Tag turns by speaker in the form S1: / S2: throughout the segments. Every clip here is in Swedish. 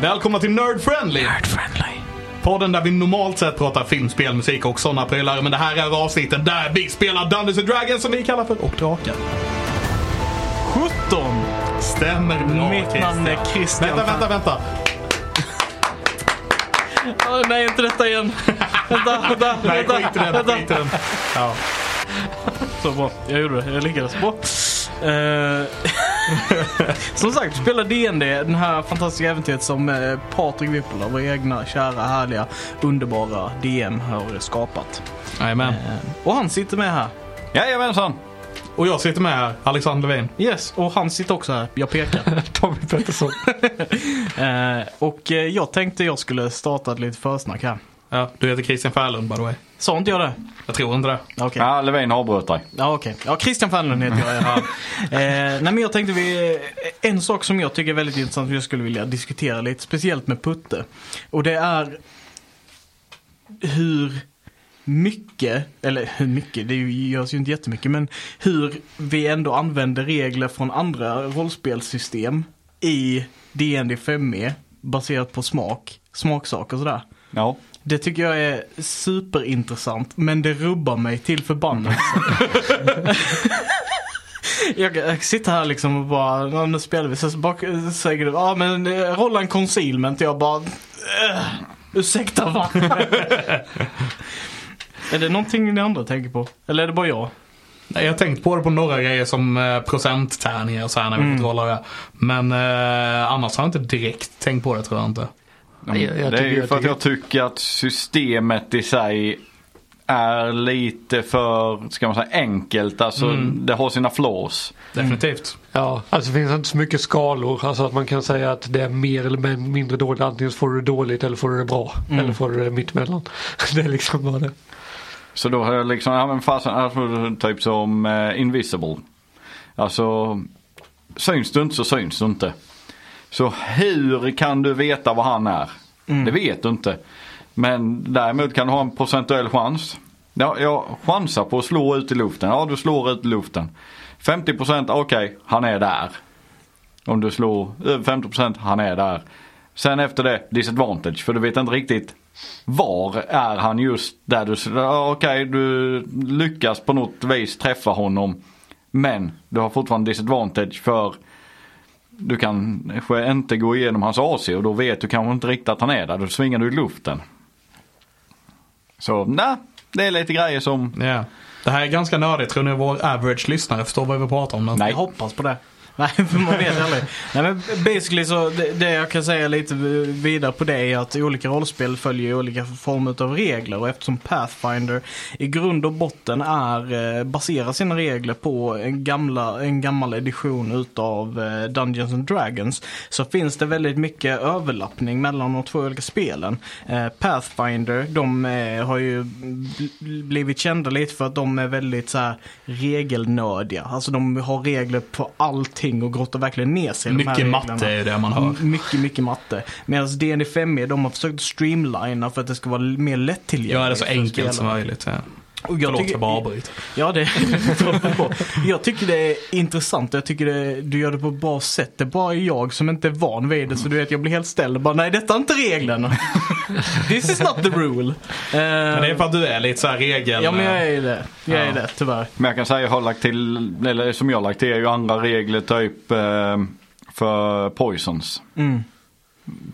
S1: Välkomna till Nerd Friendly!
S2: Friendly.
S1: Podden där vi normalt sett pratar filmspel, musik och sådana prylar. Men det här är avsnittet där vi spelar Dungeons and Dragons som vi kallar för Och Drakar.
S2: 17!
S1: Stämmer bra
S2: Mitt namn är Christian.
S1: Vänta, vänta, vänta.
S2: Åh, nej, inte detta igen. vänta, vänta,
S1: Nej,
S2: vänta.
S1: skit i den,
S2: vänta.
S1: skit i den. Ja.
S2: Så bra, jag gjorde det. Jag lyckades. Bra. Eh, som sagt, spela D&D, den här fantastiska äventyret som eh, Patrik Wippola, vår egna kära, härliga, underbara DM har skapat.
S3: Jajamän.
S2: Eh, och han sitter med här.
S3: Jajamensan!
S1: Och jag sitter med här, Alexander Levin.
S2: Yes, och han sitter också här. Jag pekar.
S3: Tommy Pettersson.
S2: Eh, och eh, jag tänkte jag skulle starta ett litet försnack här.
S1: Ja, du heter Christian Färlund by the way.
S2: Sa inte jag det?
S1: Jag tror inte det.
S2: Okej.
S3: Ja, Levin avbröt dig.
S2: Ja okej, ja Christian Fernlund heter jag. Ja. eh, nej men jag tänkte vi, en sak som jag tycker är väldigt intressant som jag skulle vilja diskutera lite, speciellt med Putte. Och det är hur mycket, eller hur mycket, det görs ju inte jättemycket, men hur vi ändå använder regler från andra rollspelssystem i D&D 5e E baserat på smak, smaksaker och sådär.
S3: Ja.
S2: Det tycker jag är superintressant men det rubbar mig till förbannelse. jag, jag sitter här liksom och bara, "Ja, nu spelar vi. Sen så bak, säger du, ja men eh, rolla en concealment. Jag bara, "Ugh, ursäkta va? är det någonting ni andra tänker på? Eller är det bara jag?
S1: Nej, Jag har tänkt på det på några grejer som eh, procenttärningar och så här när vi
S2: Mm.
S1: fått rolla det. Men eh, annars har jag inte direkt tänkt på det tror jag
S2: Mm.
S1: inte.
S4: Nej, jag- jag
S3: det är
S4: tycker-
S3: ju
S4: jag
S3: för att
S4: tycker-
S3: jag tycker att systemet i sig är lite för, ska man säga, enkelt. Alltså det har sina flaws.
S1: Definitivt.
S4: Ja, alltså det finns inte så mycket skalor. Alltså att man kan säga att det är mer eller min- mindre dåligt. Antingen får du det dåligt eller får du det bra. Eller får du det mittemellan. Det är liksom bara det.
S3: Så då har jag liksom, ja men fasen, alltså, typ som eh, Invisible. Alltså, syns du inte så syns du inte. Så hur kan du veta vad han är? Det vet du inte. Men däremot kan du ha en procentuell chans. Ja, jag chansar på att slå ut i luften. Ja, du slår ut i luften. 50% okej, han är där. Om du slår över 50% han är där. Sen efter det disadvantage för du vet inte riktigt var är han just där du, ja, okej du lyckas på något vis träffa honom. Men du har fortfarande disadvantage för du kanske inte går igenom hans AC och då vet du kanske inte riktigt att han är där. Då svingar du i luften. Så nej, det är lite grejer som,
S1: Ja. Det här är ganska nördigt. Tror ni vår average lyssnare förstår vad vi pratar om?
S3: Nej.
S2: Jag hoppas på det. Nej, för man vet aldrig. Nej men basically så, det, det jag kan säga lite vidare på det är att olika rollspel följer ju olika former av regler och eftersom Pathfinder i grund och botten är, eh, baserar sina regler på en, gamla, en gammal edition utav eh, Dungeons and Dragons så finns det väldigt mycket överlappning mellan de två olika spelen. Eh, Pathfinder, de eh, har ju bl- blivit kända lite för att de är väldigt så här regelnördiga. Alltså de har regler på allting och grottar verkligen ner sig i de här
S1: Mycket
S2: reglerna. Mm.
S1: matte är ju det man hör.
S2: M- Mycket, mycket matte. Medan D&D 5e, E de har försökt streamlina för att det ska vara l- mer lättillgängligt.
S1: Gör det så
S2: för
S1: enkelt som
S2: spelarna.
S1: möjligt. Ja.
S2: Och jag
S1: Förlåt,
S2: tycker-
S1: jag bara avbryter.
S2: Ja, det Jag tycker det är intressant. Jag tycker det, du gör det på ett bra sätt. Det är bara jag som inte är van vid det. Så du vet, jag blir helt ställd. Bara, nej, detta är inte reglerna. This is not the rule. Eh,
S1: Men det är för att du är lite så här regel...
S2: Ja, men jag är ju det. Jag är
S1: Ja.
S2: det, tyvärr.
S3: men jag kan säga jag har lagt till, eller som jag har lagt till är ju andra regler typ eh, för poisons.
S2: Mm.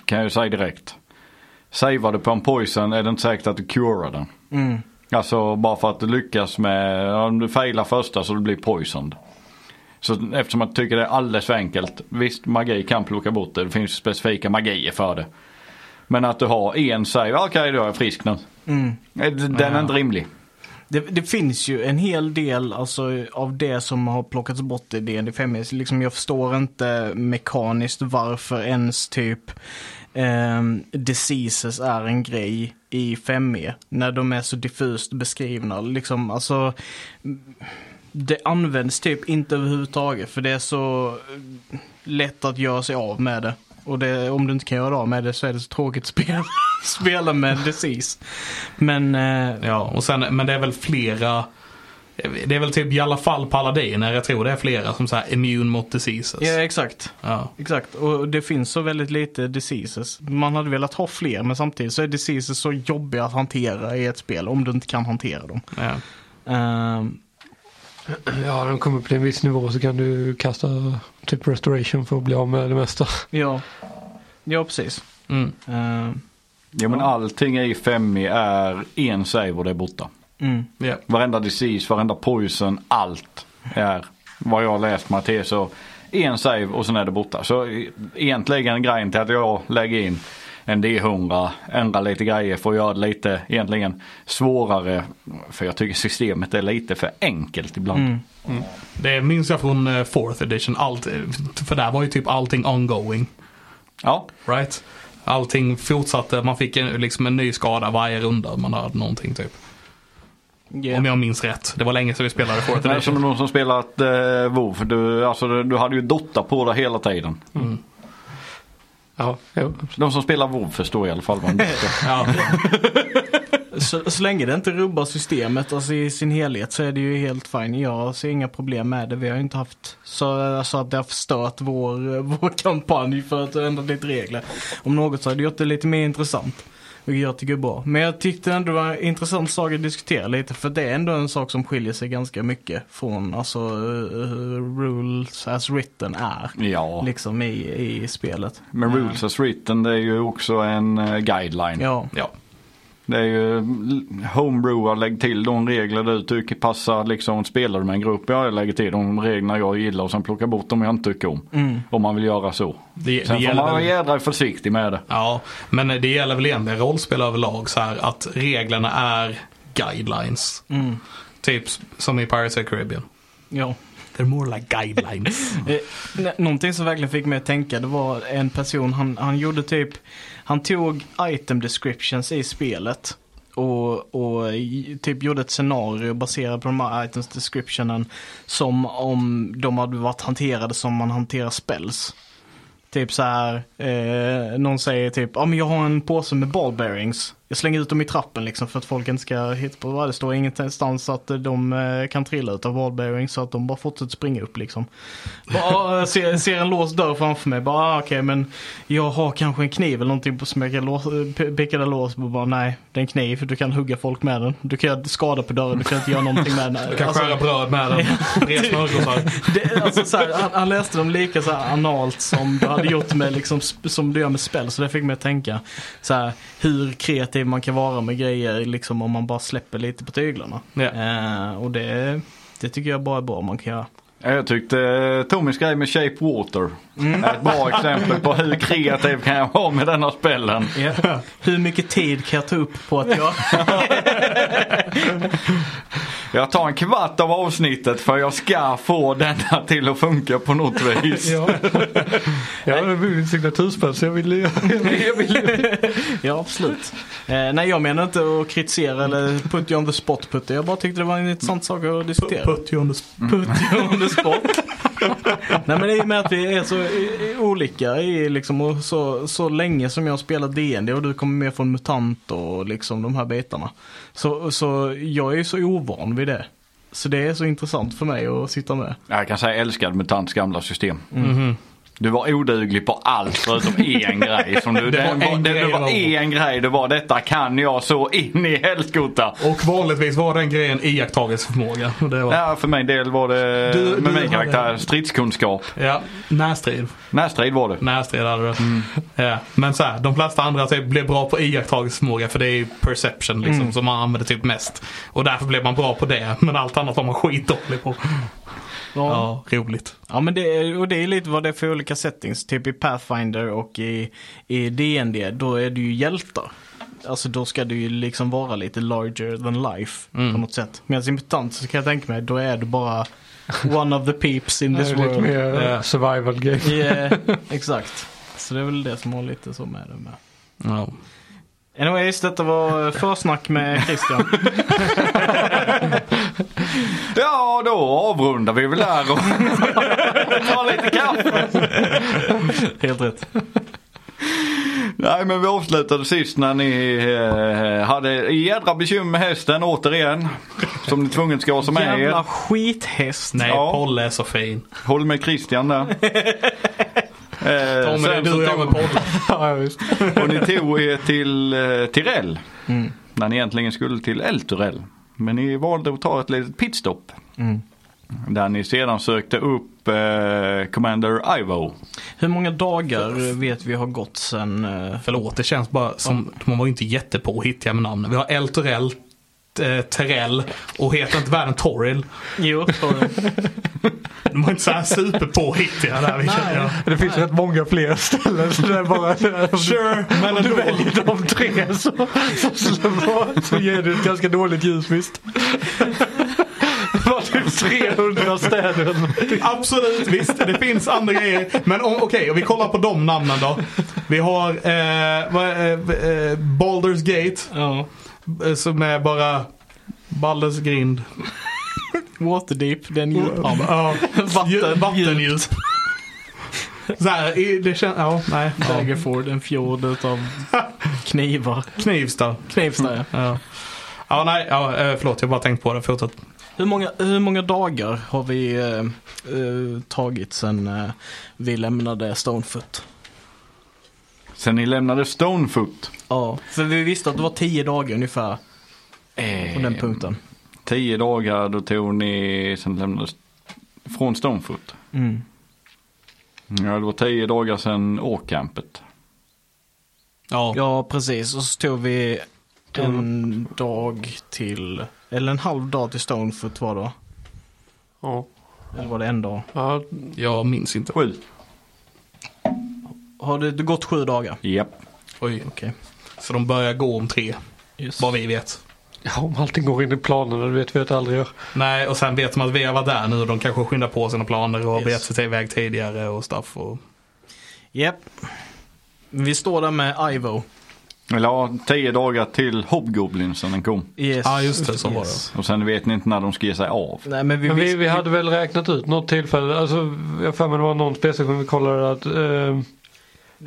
S3: Kan jag ju säga direkt. Savar du på en poison är det inte säkert att du curar den.
S2: Mm.
S3: Alltså bara för att du lyckas med, om du failar första så du blir poisoned. Så eftersom jag tycker det är alldeles för enkelt. Visst magi kan plocka bort det, det finns specifika magier för det. Men att du har en säger, okej då är jag frisk nu.
S2: Mm.
S3: Eh, d- Den är inte rimlig.
S2: Det, det finns ju en hel del alltså, av det som har plockats bort i D&D 5 liksom, Jag förstår inte mekaniskt varför ens typ ehm, diseases är en grej i 5e. När de är så diffust beskrivna. Liksom, alltså, det används typ inte överhuvudtaget för det är så eh, lätt att göra sig av med det. Och det, om du inte kan göra dig av med det så är det så tråkigt att spela, spela med disease. Men eh,
S1: Ja, och sen, men det är väl flera Det är väl typ i alla fall paladiner, jag tror det är flera som säger immune mot diseases.
S2: Ja, exakt.
S1: Ja.
S2: Exakt, och det finns så väldigt lite diseases. Man hade velat ha fler men samtidigt så är diseases så jobbiga att hantera i ett spel om du inte kan hantera dem.
S1: Ja.
S2: Ehm,
S4: Ja, när de kommer upp till en viss nivå så kan du kasta typ restoration för att bli av med det mesta.
S2: ja. ja, precis.
S1: Mm.
S2: Ehm,
S3: Ja men allting i 5 är en save och det är borta.
S2: mm.
S1: Ja.
S3: Varenda disease, varenda poison, allt är vad jag har läst mig till. Så en save och sen är det borta. Så e- egentligen grejen till att jag lägger in en D100, ändrar lite grejer för att göra det lite egentligen svårare. För jag tycker systemet är lite för enkelt ibland.
S2: Mm.
S1: Det minns jag från eh, fourth edition, Allt, för där var ju typ allting ongoing.
S3: Ja,
S1: Right? Allting fortsatte, man fick en, liksom en ny skada varje runda man hade någonting typ.
S2: Yeah.
S1: Om jag minns rätt. Det var länge sedan vi spelade fourth
S3: det är
S1: edition.
S3: som de som spelat eh, WoW. Du, alltså, du du hade ju dotter på dig hela tiden.
S4: Ja, jo.
S3: De som spelar WoW förstår i alla fall vad de heter.
S1: Ja.
S2: Så, så länge det inte rubbar systemet alltså i sin helhet så är det ju helt fine. Jag ser inga problem med det. Vi har ju inte haft så alltså att det har förstört vår, vår kampanj för att ändra lite regler. Om något så har det gjort det lite mer intressant. Vilket jag tycker är bra. Men jag tyckte ändå det var en intressant sak att diskutera lite. För det är ändå en sak som skiljer sig ganska mycket från alltså, eh, rules as written är.
S3: Ja,
S2: Liksom i, i spelet.
S3: men rules as written det är ju också en eh, guideline.
S2: Ja.
S1: Mm. ja.
S3: Det är ju homebrewa, lägg till de regler du tycker passar. Liksom, spelar du med en grupp, ja, jag lägger till de reglerna jag gillar och sen plockar bort dem jag inte tycker om.
S2: Mm.
S3: Om man vill göra så.
S1: Det, det
S3: Sen får
S1: gäller
S3: man vara
S1: väl,
S3: jädra försiktig med det.
S1: ja, men det gäller väl egentligen rollspel överlag så här att reglerna är guidelines.
S2: Mm.
S1: Typ som i Pirates of the Caribbean.
S2: Ja.
S1: They're more like guidelines.
S2: Eh, n- Någonting som verkligen fick mig att tänka det var en person, han, han gjorde typ, han tog item descriptions i spelet. Och, och i- typ gjorde ett scenario baserat på de här items descriptionen. Som om de hade varit hanterade som man hanterar spells. Typ så här, eh, någon säger typ, ja men jag har en påse med ball bearings. Jag slänger ut dem i trappen liksom för att folk inte ska hitta på vad det står ingenstans att eh, de eh, kan trilla ut av ball bearings så att de bara fortsätter springa upp liksom. Bara, ah, jag ser, ser en låst dörr framför mig, bara ah, okej men jag har kanske en kniv eller någonting på- som jag kan låsa, picka där lås på. Bara nej, det är en kniv, du kan hugga folk med den. Du kan göra skada på dörren, du kan inte göra någonting med den.
S1: Du kan
S2: Alltså-
S1: skära bröd med den. Res smörgåsar.
S2: det, alltså, så här, han, han läste dem lika så här, analt som du hade gjort med liksom, sp- som du gör med spel. Så det fick mig att tänka så här, hur kreativ man kan vara med grejer liksom, om man bara släpper lite på tyglarna.
S1: Ja.
S2: Eh, och det, det tycker jag bara är bra man kan göra.
S3: Jag tyckte eh, Tommys grej med Shape Water
S1: Mm.
S3: är ett bra exempel på hur kreativ kan jag vara med denna spelen.
S2: Hur mycket tid kan jag ta upp på att jag...
S3: Jag tar en kvart av avsnittet för jag ska få denna till att funka på något vis.
S4: Ja. jag har blivit signaturspel så jag vill ju...
S2: ja, absolut. Eh, nej, jag menar inte att kritisera eller put you on the spot putte. Jag bara tyckte det var en intressant sak att diskutera.
S1: Put you on the spot.
S2: Putte on the spot. Nej men i och med att vi är så i- i- olika i liksom och så, så länge som jag spelar D&D och du kommer mer från MUTANT och liksom de här bitarna. Så, så jag är ju så ovan vid det. Så det är så intressant för mig att sitta med.
S3: Jag kan säga älskad MUTANTs gamla system.
S1: Mm. Mm-hmm.
S3: Du var oduglig på allt förutom en grej. Som du, det, var, en, det, det
S1: grej
S3: var
S1: var-
S3: en grej du var detta kan jag så in i helskotta.
S1: Och vanligtvis var den grejen iakttagelseförmåga. Och Det var,
S3: Ja, för min del var det
S1: Du-
S3: med
S1: du
S3: min
S1: hade-
S3: karaktär stridskunskap.
S1: ja, närstrid.
S3: Närstrid var det.
S1: Närstrid hade du. Ja, men så här, de flesta andra typ blev bra på iakttagelseförmåga för det är ju perception liksom, som man använder typ mest. Och därför blev man bra på det. Men allt annat var man skitdålig på.
S2: Ja.
S1: Ja, roligt.
S2: Ja men det är, och det är lite vad det är för olika settings. Typ i Pathfinder och i, i D&D då är du ju hjältar. Alltså då ska du ju liksom vara lite larger than life
S4: Mm.
S2: på något sätt. Medan i MUTANT så kan jag tänka mig då är du bara one of the peeps in
S4: Det
S2: this
S4: är lite
S2: world.
S4: mer
S1: Ja.
S4: survival game.
S2: Ja, exakt. Så det är väl det som har lite så med det med.
S1: Ja.
S2: Anyways, detta var eh, försnack med Christian.
S3: Ja, då avrundar vi väl där och tar lite kaffe.
S2: Helt rätt.
S3: Nej men vi avslutade sist när ni eh, hade jädra bekymmer med hästen återigen. Som ni tvunget ska ha som är
S2: Jävla
S3: er.
S2: skithäst.
S1: Nej,
S3: Ja.
S1: Polle är så fin.
S3: Håll med Christian där. Eh,
S1: Tommy, det är
S3: sen
S1: du
S3: så
S1: och jag
S3: tog-
S1: med Polle.
S4: ja, visst.
S3: Och ni tog er till eh, Tirell. När ni egentligen skulle till Elturell. Men ni valde att ta ett litet pitstop. Där ni sedan sökte upp eh, Commander Ivo.
S2: Hur många dagar vet vi har gått sen... eh,
S1: Förlåt, det känns bara som man var ju inte jättepåhittiga med namnen. Vi har El Torell, eh, Terrell och heter inte världen Toril.
S2: Jo,
S1: De var inte så här superpåhittiga där. Vi känner, jag.
S4: Det finns rätt många fler ställen så det är bara
S1: Sure, men
S4: Om du
S1: ändå.
S4: väljer de tre så, så, så, så ger du ett ganska dåligt ljus visst. Det var typ 300 städer eller någonting.
S1: Absolut, visst. Det finns andra grejer. Men om- okej, och vi kollar på de namnen då. Vi har eh, vad, eh, eh, Baldur's Gate
S2: ja.
S1: eh, som är bara Baldur's grind.
S2: Waterdeep, den djuphamn.
S1: Ja,
S2: Vatten,
S1: vattendjup. Så här, i- det känns, ja, nej. Ja.
S2: Daggerford, en fjord utav knivar.
S1: Knivsta.
S2: Knivsta ja.
S1: Ja. ja, nej, ja, eh, förlåt. Jag bara tänkt på det. Fortsätt.
S2: Hur många, hur många dagar har vi eh, eh, tagit sen eh, vi lämnade Stonefoot?
S3: Sen ni lämnade Stonefoot.
S2: Ja, för vi visste att det var tio dagar ungefär på den punkten.
S3: Tio dagar då tog ni, sen lämnade från Stonefoot.
S2: Mm.
S3: Ja det var tio dagar sedan årkampet.
S1: Ja.
S2: Ja, precis. Och så tog vi en dag till, eller en halv dag till Stonefoot var det va?
S4: Ja,
S2: Eller var det en dag?
S4: ja,
S1: Jag minns inte.
S3: Sju.
S2: Har det gått sju dagar?
S3: Japp.
S1: Oj.
S2: Okej.
S1: Så de börjar gå om tre.
S2: Yes.
S1: Vad vi vet.
S4: ja, om allting går in i planerna det vet vi att det aldrig gör.
S1: Nej, och sen vet de att vi har varit där nu och de kanske skyndar på sina planer och har
S2: Yes.
S1: begett sig iväg tidigare och stuff. Och...
S2: Japp. Vi står där med Ivo.
S3: Eller ja, tio dagar till Hobgoblin sen den kom.
S2: Yes.
S1: Ja, just det, så var
S2: Yes.
S3: Och sen vet ni inte när de ska ge sig av.
S2: Nej men vi,
S4: Men vi,
S2: visste-
S4: vi hade väl räknat ut något tillfälle, alltså, jag har för mig det var någon spelstation vi kollade att eh,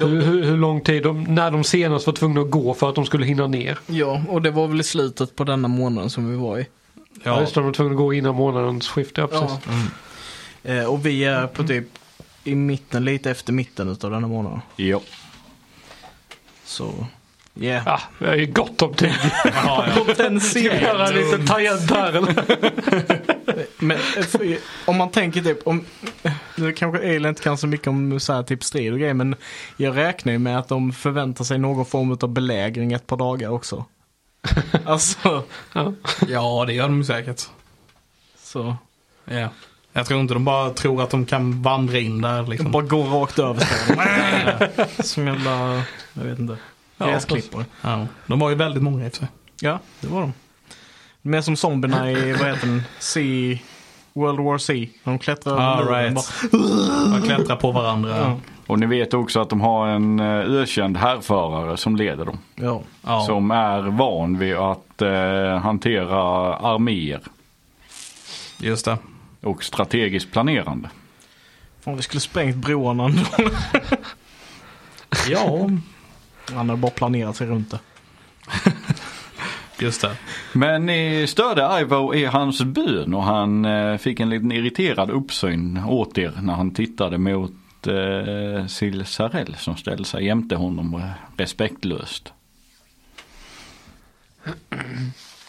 S4: hur, hur, hur lång tid, de, när de senast var tvungna att gå för att de skulle hinna ner.
S2: Ja, och det var väl i slutet på denna månaden som vi var i.
S4: Ja.
S1: Ja,
S4: Just det, de var tvungna att gå innan månadens skifte, ja, precis.
S2: Eh, och vi är på typ i mitten, lite efter mitten utav denna månaden.
S3: Ja.
S2: Så, yeah.
S4: Ja, vi har ju gott om tid.
S1: Jaha, ja.
S4: Ska vi göra
S2: Potentiellt.
S4: en liten tangent där eller?
S2: Men eh, för- om man tänker typ om, nu kanske Elin inte kan så mycket om så här typ strid och grejer men jag räknar ju med att de förväntar sig någon form av belägring ett par dagar också. Alltså,
S4: Ja.
S1: ja, det gör de ju säkert.
S2: så.
S1: Ja. Jag tror inte de bara tror att de kan vandra in där liksom.
S2: Bara gå rakt över staden. Som jävla, jag vet inte,
S4: Ja,
S2: gräsklippare.
S1: Ja. De var ju väldigt många i och för sig.
S2: Ja, det var de. Mer som zombierna i, vad heter den, C, World War C. När de klättrar över
S1: Ah,
S2: muren
S1: right.
S2: bara-
S1: De klättrar på varandra.
S2: Ja.
S1: Ja.
S3: Och ni vet också att de har en eh, ökänd härförare som leder dem.
S2: Ja.
S3: Som är van vid att eh, hantera arméer
S1: just det.
S3: och strategiskt planerande.
S2: Fan vi skulle sprängt broarna ändå.
S1: Ja,
S2: Han hade bara planerat sig runt det.
S1: just det.
S3: Men ni störde Ivo i hans bön och han eh, fick en liten irriterad uppsyn åt er när han tittade mot eh, Silsarell som ställde sig jämte honom eh, respektlöst.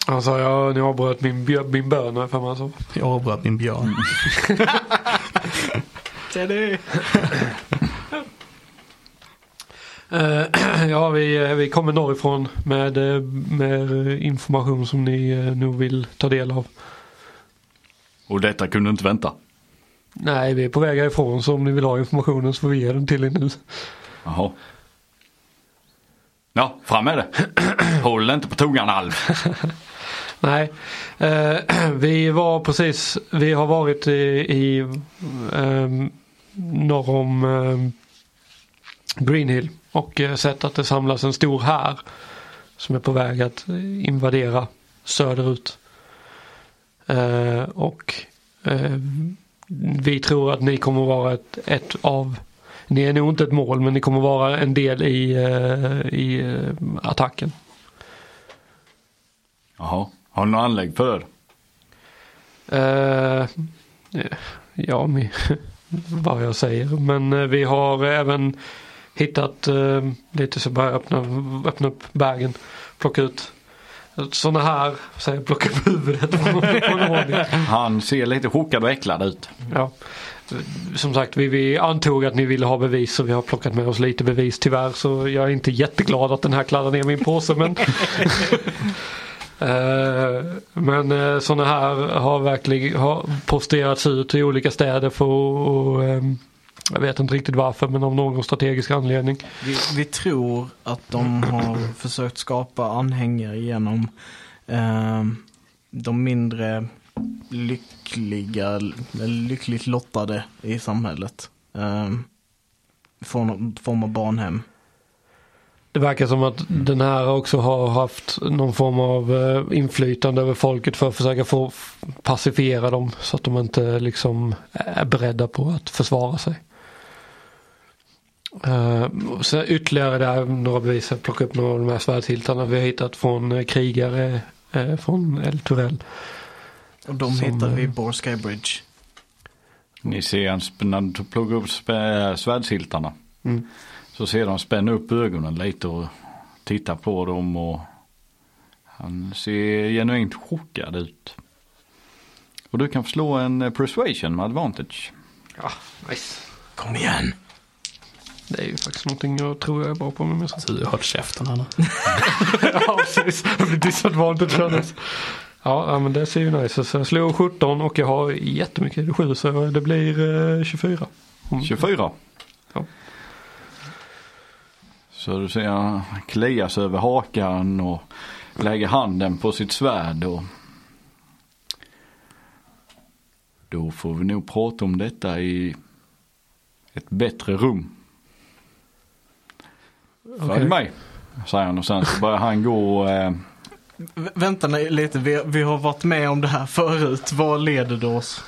S4: Alltså jag, ni avbröt min, bjö- min bön har jag för mig alltså.
S1: Jag avbröt min björn.
S2: Det är det.
S4: Eh, Ja, vi, eh, vi kommer norrifrån med, eh, med eh, information som ni eh, nog vill ta del av.
S3: Och detta kunde inte vänta.
S4: Nej, vi är på väg härifrån så om ni vill ha informationen så får vi ge den till er nu.
S3: Jaha. Ja, fram med det. Håll inte på tungan Alv.
S4: Nej, eh, vi var precis, vi har varit i, i ehm, norr om ehm, Greenhill och eh, sett att det samlas en stor här som är på väg att invadera söderut. Eh, ehm, och eh, vi tror att ni kommer vara ett, ett av Ni är nog inte ett mål men ni kommer vara en del i, eh, i eh, attacken.
S3: Jaha, har du någon anlägg för det?
S4: Eh, ja, men- vad jag säger. Men eh, vi har även hittat eh, lite så bara öppna, öppna upp bagen. Plocka ut sådana här. Så jag plockar upp huvudet på- på någon.
S3: Han ser lite chockad och äcklad ut.
S4: Ja. Som sagt, vi, vi antog att ni ville ha bevis så vi har plockat med oss lite bevis tyvärr. Så jag är inte jätteglad att den här kladdar ner min påse. Men, Eh, men eh, sådana här har verkligen har posterats ut i olika städer för och, ehm, jag vet inte riktigt varför men av någon strategisk anledning.
S2: Vi, vi tror att de har försökt skapa anhängare genom eh, de mindre lyckliga, eller lyckligt lottade i samhället. Eh, från form av barnhem.
S4: Det verkar som att den här också har haft någon form av eh, inflytande över folket för att försöka få f- pacifiera dem så att de inte liksom är beredda på att försvara sig. Eh, och sen ytterligare där några bevis, jag plockade upp några av de här svärdshiltarna vi har hittat från eh, krigare eh, från El Turell.
S2: Och de
S4: Som,
S2: hittar vi i
S4: eh,
S2: Borsky Bridge.
S3: Ni ser han sp- när de plockar upp spä- svärdshiltarna.
S4: Mm.
S3: Så ser de spänna upp ögonen lite och tittar på dem och han ser genuint chockad ut. Och du kan slå en eh, persuasion med advantage.
S4: Ja, nice.
S2: Kom igen!
S4: Det är ju faktiskt någonting jag tror jag är bra på. Men jag ska...
S1: Du har hållit käften Anna.
S4: ja, precis. Det blir disadvantage annars. Ja, ja, men det ser ju nice ut. Så jag slog 17 och jag har jättemycket 7 så det blir eh, 24.
S3: 24.
S4: Ja.
S3: Så du ser han kliar sig över hakan och lägger handen på sitt svärd och då får vi nog prata om detta i ett bättre rum. Följ
S4: Okej.
S3: mig, säger han och sen så börjar han gå. Eh,
S2: V- vänta nej, lite, vi, vi har varit med om det här förut. Vad leder det oss?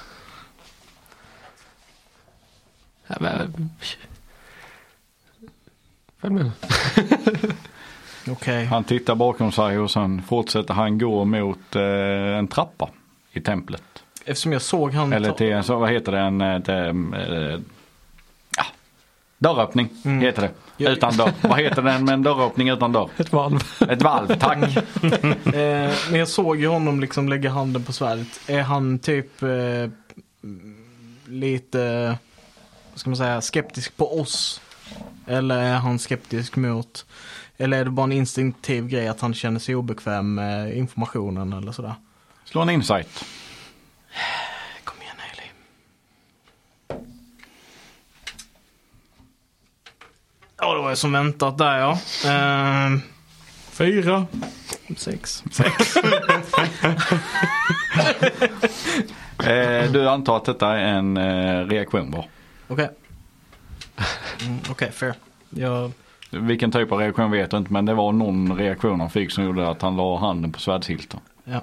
S4: Ja, men- Följ med.
S2: Okej.
S3: han tittar bakom sig och sen fortsätter han gå mot eh, en trappa i templet.
S2: Eftersom jag såg han
S3: Eller
S2: ta-
S3: till en, så, vad heter det, en, ett, ehm, eh, ah, dörröppning heter det.
S2: Jag-
S3: Utan dörr. vad heter den med en dörröppning utan dörr?
S4: Ett valv.
S3: Ett valv, tack.
S2: Eh, men jag såg ju honom liksom lägga handen på svärdet. Är han typ eh, mm, lite, vad ska man säga, skeptisk på oss? Eller är han skeptisk mot, eller är det bara en instinktiv grej att han känner sig obekväm med informationen eller sådär?
S3: Slå en insight.
S2: Kom igen Hailey. Ja, det var jag som väntat där ja. Eh,
S1: Fyra.
S2: sex.
S3: Eh, du antar att detta är en eh, reaktion va?
S2: Okej. Mm, Okej, fair. Jag
S3: Vilken typ av reaktion vet jag inte men det var någon reaktion han fick som gjorde att han la handen på svärdshilten.
S2: Ja.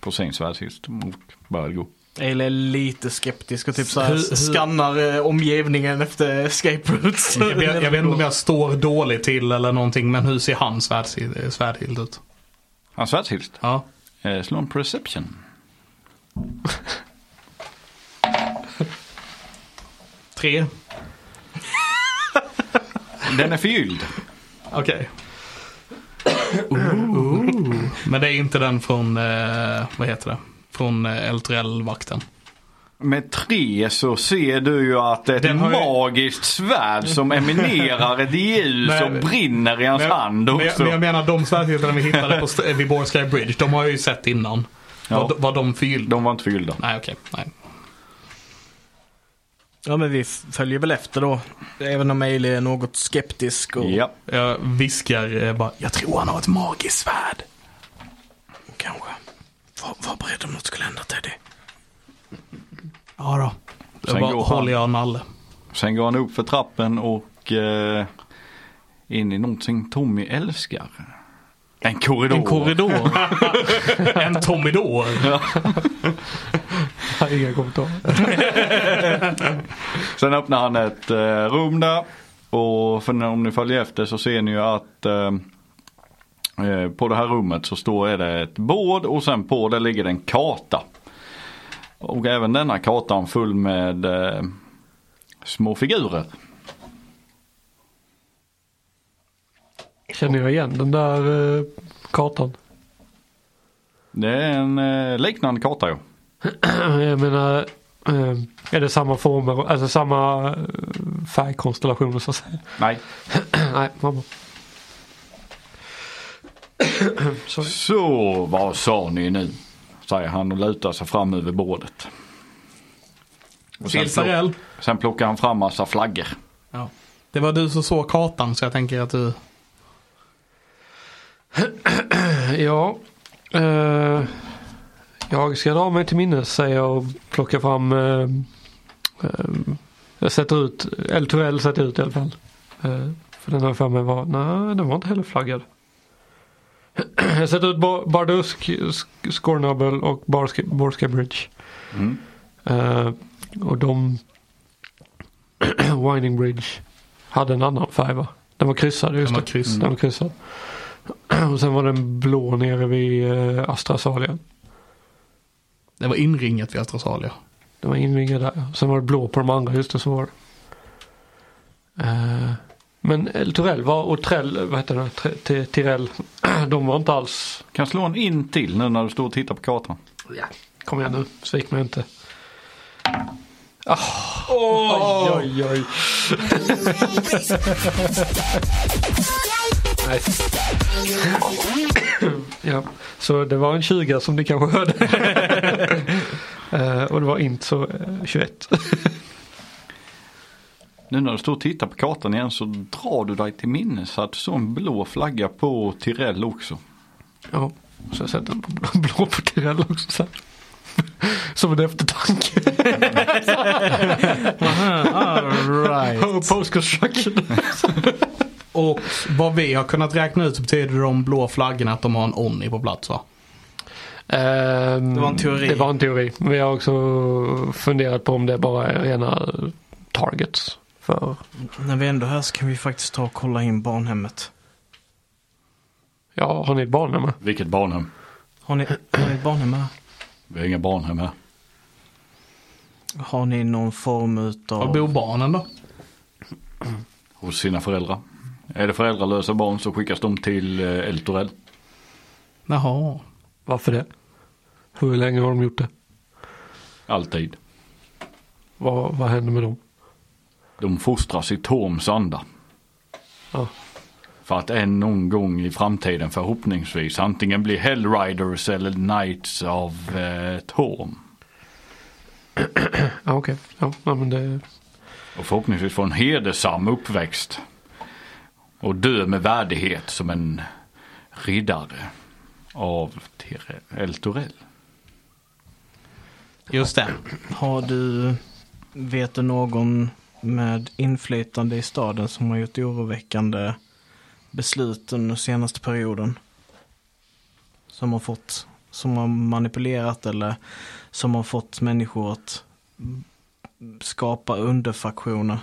S3: På sin svärdshilst och började gå.
S2: Eller är lite skeptisk och typ såhär
S1: Hur- hur-
S2: skannar eh, omgivningen efter escape routes.
S1: Jag vet, jag vet inte om jag står dåligt till eller någonting men hur ser hans svärd- svärdhild ut?
S3: Hans svärdshilst.
S1: Ja.
S3: Eh, slå en perception.
S1: Tre.
S3: Den är förgylld.
S1: Okej. Ooh. Men det är inte den från, eh, vad heter det? Från eh, Elturell-vakten.
S3: Med tre så ser du ju att ett
S1: Den har ju-
S3: magiskt svärd som eminerar ett ljus
S1: Nej,
S3: och
S1: men-
S3: brinner i hans hand
S1: men, jag,
S3: också.
S1: men jag menar de svärdshiltarna vi hittade på, st- vid Borsky Bridge, de har jag ju sett innan.
S3: Ja.
S1: Var, var de förgyllda?
S3: De var inte förgyllda.
S1: Nej okej, nej.
S2: Ja men vi f- följer väl efter då. Även om Ailey är något skeptisk och
S3: Ja.
S1: Jag viskar eh, bara, jag tror han har ett magiskt svärd.
S2: kanske. Var, var beredd om något skulle hända Teddy.
S1: Ja då.
S3: Sen
S1: Sen bara
S3: går han.
S1: håller jag en nalle.
S3: Sen går han upp för trappen och eh, in i någonting Tommy älskar. En korridor.
S2: En korridor.
S1: En tomidor.
S4: Jag har Inga kommentarer.
S3: Sen öppnar han ett eh, rum där. Och för om ni följer efter så ser ni ju att eh, eh, på det här rummet så står är det ett bord och sen på det ligger det en karta. Och även denna kartan full med eh, små figurer.
S4: Känner jag igen den där eh, kartan?
S3: Det är en eh, liknande karta ju.
S4: jag menar, eh, är det samma former, alltså samma eh, färgkonstellationer så att säga?
S3: Nej.
S4: Nej, mamma. Sorry.
S3: Så vad sa ni nu? Säger han och lutar sig fram över bordet. Och sen, plock,
S1: Silsarell.
S3: sen plockar han fram massa flaggor.
S1: Ja. Det var du som såg kartan så jag tänker att du...
S4: Ja. Eh, jag ska dra mig till minnes säger jag och plockar fram. Eh, eh, jag sätter ut, El Torell sätter ut i alla fall. Eh, för den har jag för mig var, nej den var inte heller flaggad. jag sätter ut Bar- Bardusk, Sk- Scornable och Barska, Borska Bridge.
S3: Mm.
S4: Eh, och de Winding Bridge hade en annan färg va? Den var kryssad just
S1: Den var
S4: det.
S1: kryssad.
S4: Den var kryssad. Mm, och sen var den blå nere vid eh, Astrasalia.
S3: Mm.
S1: Det var inringat vid Astrasalia.
S4: Den var invigad där. ja. Sen var det blå på de andra, just det så var det. Eh, men El Torell var och Trell, vad heter det, Tre- T- Tirell. de var inte alls,
S3: Kan slå en in till nu när du står och tittar på kartan.
S4: kom igen nu, svik mig inte. Ah.
S1: Åh!
S4: Oj oj. Nice. ja, så det var en 20 som ni kanske hörde. Eh, och det var inte så eh, 21.
S3: Nu när du står och tittar på kartan igen så drar du dig till minnes att du såg en blå flagga på Tirell också.
S4: ja, så jag sätter den på blå- blå på Tirell också sen. Som en eftertanke.
S2: Alright.
S4: Post construction.
S1: Och vad vi har kunnat räkna ut så betyder de blå flaggorna att de har en Onni på plats va?
S4: Ehm,
S2: Det var en teori.
S4: Det var en teori. Vi har också funderat på om det bara är rena targets. För
S2: När vi ändå är här så kan vi faktiskt ta och kolla in barnhemmet.
S4: Ja, har ni ett barn hemma?
S3: Vilket barnhem?
S2: Har ni, har ni ett barnhem här?
S3: Vi har inga barnhem här.
S2: Har ni någon form
S1: Var
S2: utav...
S1: bor barnen då?
S3: Hos sina föräldrar. Är det föräldralösa barn så skickas de till eh, El Torell.
S1: Jaha.
S4: Varför det? Hur länge har de gjort det?
S3: Alltid.
S4: Vad, vad händer med dem?
S3: De fostras i Torms anda.
S4: Ja.
S3: För att en någon gång i framtiden förhoppningsvis antingen bli Hellriders eller Knights av eh, Torm.
S4: Ja, okej. Ja, ja, men det...
S3: Och förhoppningsvis få en hedersam uppväxt. Och dö med värdighet som en riddare av Tire- El Torell.
S1: Just det.
S2: Har du... Vet du någon med inflytande i staden som har gjort oroväckande beslut under senaste perioden? Som har fått... Som har manipulerat eller som har fått människor att skapa underfaktioner?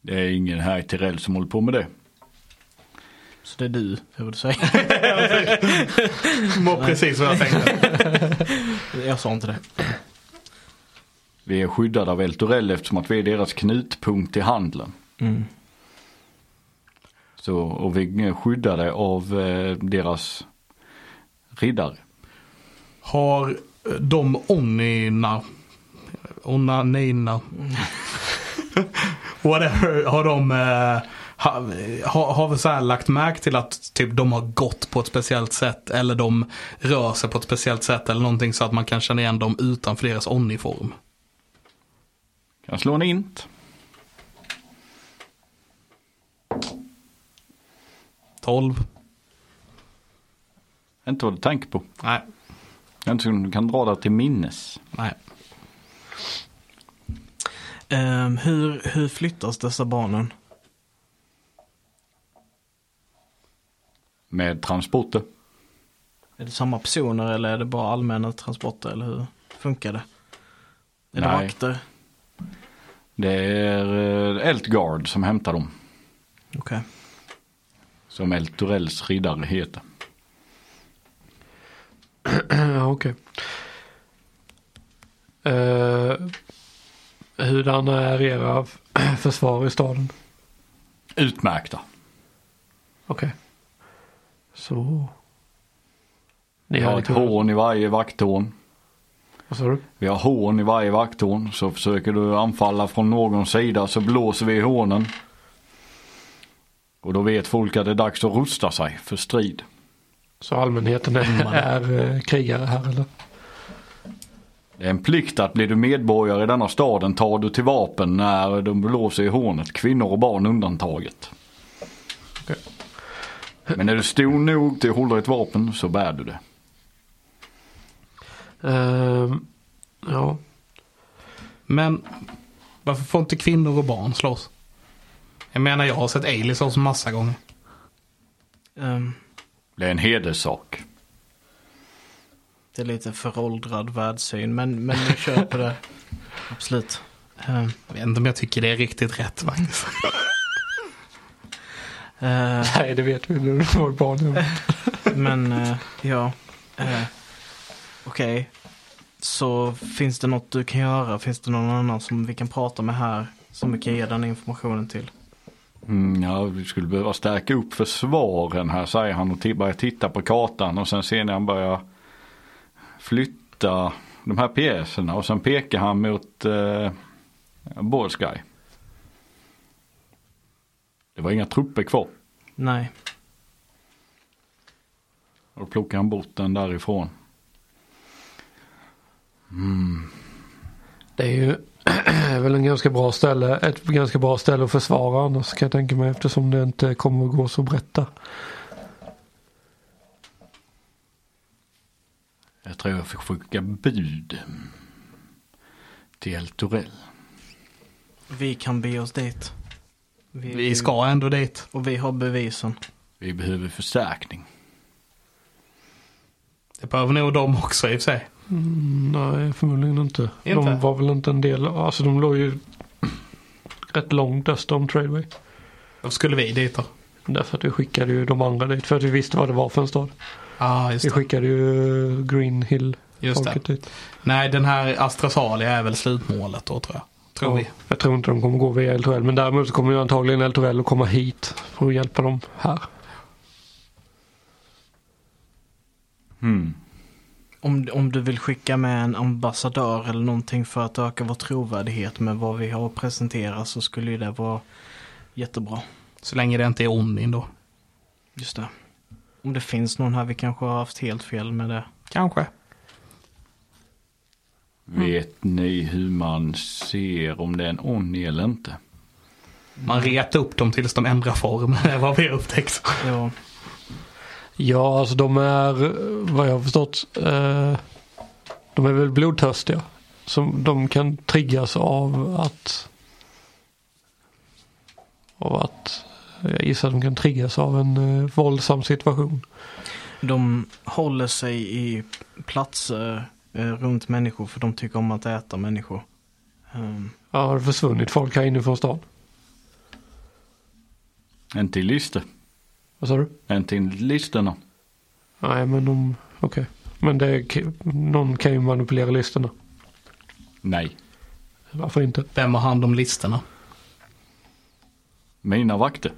S3: Det är ingen här i Tirell som håller på med det.
S2: Så det är du, jag vill säga.
S1: Var precis vad jag tänkte.
S2: Jag sa inte det.
S3: Vi är skyddade av El Torell eftersom att vi är deras knutpunkt i handeln.
S2: Mm.
S3: Så, och vi är skyddade av eh, deras riddare.
S1: Har eh, de Onnina, Onanina, whatever, har de eh, ha- har, har vi så här lagt märke till att typ, de har gått på ett speciellt sätt eller de rör sig på ett speciellt sätt eller någonting så att man kan känna igen dem utanför deras onniform?
S3: Kan jag slå en int?
S1: 12?
S3: Inte vad du tänker på.
S1: Nej.
S3: Jag inte om du kan dra det till minnes.
S1: Nej.
S2: Ehm, hur, hur flyttas dessa barnen?
S3: Med transporter.
S2: Är det samma personer eller är det bara allmänna transporter eller hur funkar det? Är det
S3: Nej.
S2: vakter?
S3: Det är eh, Eltgard som hämtar dem.
S2: Okej.
S3: Som Elturells riddare heter.
S4: Ja, okej. Eh, hurdan är era försvar i staden?
S3: Utmärkta.
S4: Okej. Så. Ni
S3: Vi har ett
S4: lite-
S3: hån i varje vakthorn.
S4: Vad sa du?
S3: Vi har hån i varje vakthorn. Så försöker du anfalla från någon sida så blåser vi i hånen. Och då vet folk att det är dags att rusta sig för strid.
S4: Så allmänheten är, är eh, krigare här eller?
S3: Det är en plikt att blir du medborgare i denna staden tar du till vapen när de blåser i hornet. Kvinnor och barn undantaget.
S4: Okej.
S3: Men är du stor nog till att hålla ett vapen så bär du det.
S4: Ehm, ja.
S1: Men varför får inte kvinnor och barn slåss? Jag menar jag har sett Ailey slåss massa gånger.
S2: Ehm,
S3: Det är en hederssak.
S2: det är lite föråldrad världssyn men, men jag köper det. Absolut. Ehm,
S1: Jag vet inte om jag tycker det är riktigt rätt faktiskt.
S2: eh,
S4: Nej det vet vi nu. Det var barn.
S2: men eh, ja. eh, Okej. Så finns det något du kan göra? Finns det någon annan som vi kan prata med här? Som vi kan ge den informationen till?
S3: Mm, ja, vi skulle behöva stärka upp försvaren här säger han och t- börjar titta på kartan och sen ser ni han börjar flytta de här pjäserna och sen pekar han mot eh, Borskai. Det var inga trupper kvar.
S2: Nej.
S3: Och då plockar han bort den därifrån.
S4: Det är ju väl en ganska bra ställe, ett ganska bra ställe att försvara annars kan jag tänka mig eftersom det inte kommer att gå så brett där.
S3: Jag tror jag fick skicka bud till El Torell.
S2: Vi kan be oss dit.
S4: Mm.
S2: Vi,
S1: Vi ska ändå dit.
S2: Och vi har bevisen.
S3: Vi behöver förstärkning.
S1: Det behöver nog de också i och för sig.
S4: Nej, förmodligen inte.
S1: Inte?
S4: De var väl inte en del, alltså de låg ju rätt långt öster om Tradeway.
S1: Då skulle vi dit då.
S4: Därför att vi skickade ju de andra dit för att vi visste vad det var för en stad.
S1: Ah, just
S4: Vi
S1: det.
S4: skickade ju Green Hill
S1: Just det.
S4: folket dit.
S1: Nej, den här Astrasalia är väl slutmålet då tror jag. Tror vi.
S4: Ja, Jag tror inte de kommer gå via Eltorell men däremot så kommer ju antagligen Eltorell att komma hit för att hjälpa dem här.
S3: Mm.
S2: Om, om du vill skicka med en ambassadör eller någonting för att öka vår trovärdighet med vad vi har att presentera så skulle ju det vara jättebra.
S1: Så länge det inte är Onin då.
S2: Just det. Om det finns någon här, vi kanske har haft helt fel med det.
S1: Kanske.
S3: Mm. Vet ni hur man ser om det är en Onni eller inte?
S1: Man retar upp dem tills de ändrar form. Det är vad vi har upptäckt.
S2: Ja,
S4: Ja, alltså de är vad jag har förstått. Eh, de är väl blodtörstiga. Så de kan triggas av att av att jag gissar att de kan triggas av en eh, våldsam situation.
S2: de håller sig i platser eh, runt människor för de tycker om att äta människor. Ehm,
S4: Ja, har det försvunnit folk här inifrån stan?
S3: En till liste.
S4: Vad sa du?
S3: En till listerna.
S4: Nej, men de, okej. Men det, är k- någon kan ju manipulera listorna.
S3: Nej.
S4: Varför inte?
S1: Vem har hand om listorna?
S3: Mina vakter.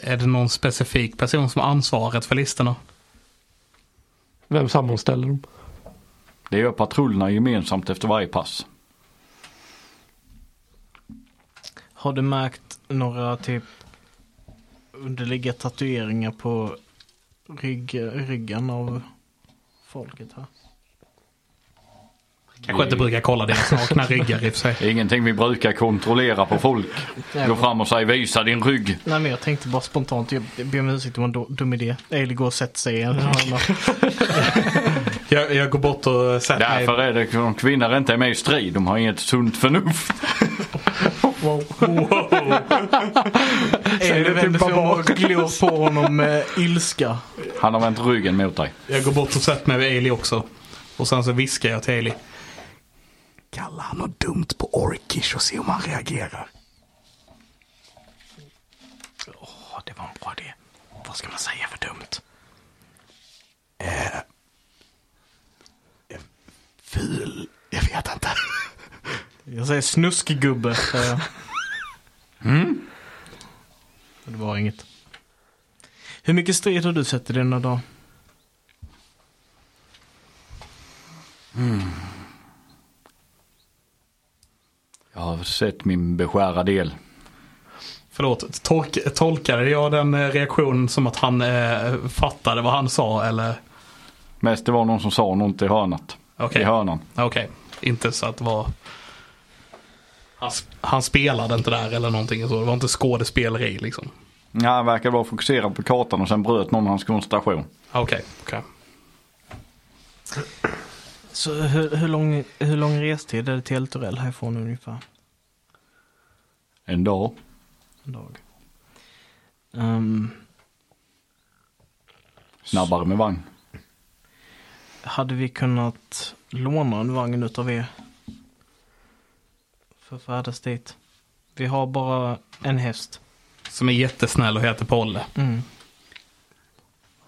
S1: Är det någon specifik person som har ansvaret för listorna?
S4: Vem sammanställer dem?
S3: Det gör patrullerna gemensamt efter varje pass.
S2: Har du märkt några typ underliga tatueringar på rygg, ryggen av folket här?
S1: Kanske inte brukar kolla deras nakna ryggar i och för sig.
S3: Det är ingenting vi brukar kontrollera på folk. Gå fram och säg visa din rygg.
S2: Nej men jag tänkte bara spontant, jag ber om ursäkt om det var en dum idé. Eller gå och sätt sig i en
S3: Mm.
S2: hörna.
S1: Jag, jag går bort och sätter mig.
S3: Därför är det de kvinnor inte är med i strid. De har inget sunt förnuft.
S2: Eller
S4: det
S3: typ
S2: vänder
S4: till
S2: sig om och
S4: Babak.
S2: glor på honom med ilska.
S3: Han har vänt ryggen mot dig.
S1: Jag går bort och sätter mig vid Ailey också. Och sen så viskar jag till Ailey. kalla han något dumt på Orkish och se om han reagerar.
S2: Åh, det var en bra idé. Vad ska man säga för dumt?
S1: Eh, Ful, jag vet inte.
S2: Jag säger snuskgubbe, säger jag.
S3: Mm.
S2: Det var inget. Hur mycket strid har du sett i denna dag?
S3: Jag har sett min beskära del.
S1: Förlåt, tolk, tolkade jag den eh, reaktionen som att han eh, fattade vad han sa eller?
S3: Mest det var någon som sa något i hörnet.
S1: Okej.
S3: I hörnan.
S1: Okej, inte så att det var... Han, sp- han spelade inte där eller någonting så. Det var inte skådespeleri liksom.
S3: Ja, han verkar vara fokuserad på kartan och sen bröt någon hans koncentration.
S1: Okej, okej.
S2: Så hur, hur, lång, hur lång restid är det till Eltorell härifrån ungefär?
S3: En dag.
S2: En dag. Ehm,
S3: Snabbare med vagn.
S2: hade vi kunnat låna en vagn utav er? För färdas dit. Vi har bara en häst.
S1: Som är jättesnäll och heter Polle.
S2: Mm.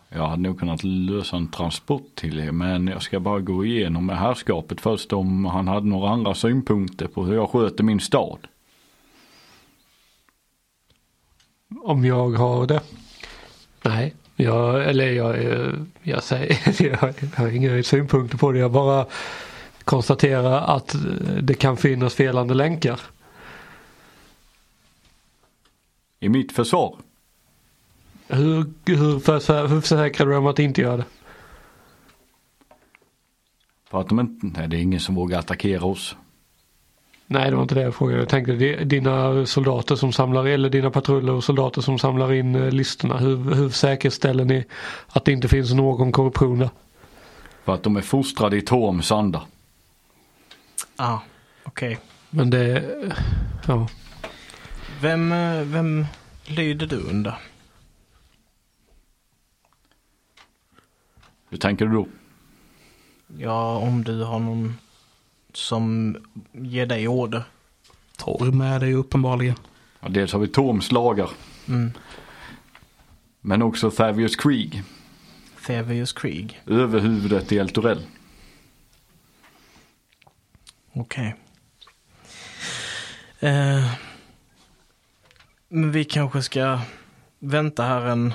S3: Jag hade nog kunnat lösa en transport till er men jag ska bara gå igenom med herrskapet först om han hade några andra synpunkter på hur jag sköter min stad.
S4: Om jag har det? Nej, jag, eller jag, eh, jag säger, jag har inga synpunkter på det. Jag bara konstaterar att eh, det kan finnas felande länkar.
S3: I mitt försvar.
S4: Hur, hur, försä- hur försäkrar du dig om att inte göra det?
S3: För att de inte, nej det är ingen som vågar attackera oss.
S4: Nej, det var inte det jag frågade. Jag tänkte det- dina soldater som samlar, eller dina patruller och soldater som samlar in eh, listorna. Hur, hur säkerställer ni att det inte finns någon korruption där?
S3: För att de är fostrade i Torms anda.
S2: Ah, okej.
S4: Men det, ja.
S2: Vem, eh, vem lyder du under?
S3: Hur tänker du då?
S2: Ja, om du har någon som ger dig order.
S1: Torm är det ju uppenbarligen.
S3: Ja, dels har vi Torms lagar.
S2: Mm.
S3: Men också Thavius Krieg.
S2: Theveus Krieg.
S3: Överhuvudet i Eltorell.
S2: Okej. Eh, men vi kanske ska vänta här en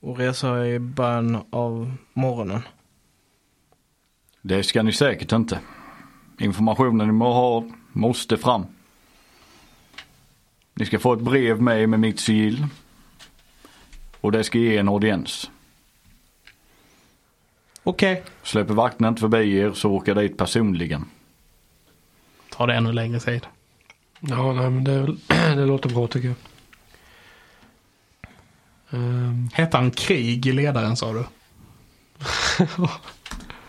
S2: och resa i början av morgonen.
S3: Det ska ni säkert inte. Informationen ni må ha måste fram. Ni ska få ett brev med er med mitt sigill. Och det ska ge er en audiens.
S2: Okej.
S3: Släpper vakten inte förbi er så åker jag dit personligen.
S1: Tar det ännu längre tid.
S4: Ja, nej, men det, det låter bra tycker jag. Ehm,
S1: Hette han Krig, ledaren sa du?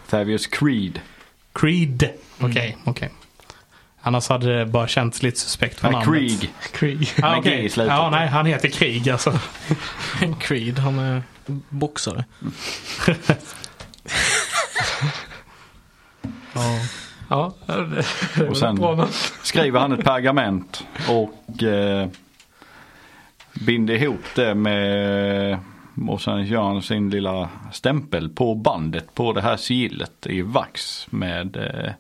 S3: Thavius Creed.
S1: Creed.
S3: Mm.
S1: Okej, okej. Annars hade det bara känts lite suspekt på
S3: Nej,
S1: namnet.
S3: Krieg.
S4: krig.
S1: Ah,
S3: Med G
S1: okej.
S3: i slutet.
S1: Ja, nej, han heter Krig alltså.
S2: Creed, han är boxare.
S4: Ja, det, det
S3: Och
S4: var
S3: sen-
S4: bra namn.
S3: Skriver han ett pergament och eh, binder ihop det med och sen gör han sin lilla stämpel på bandet på det här sigillet i vax med eh,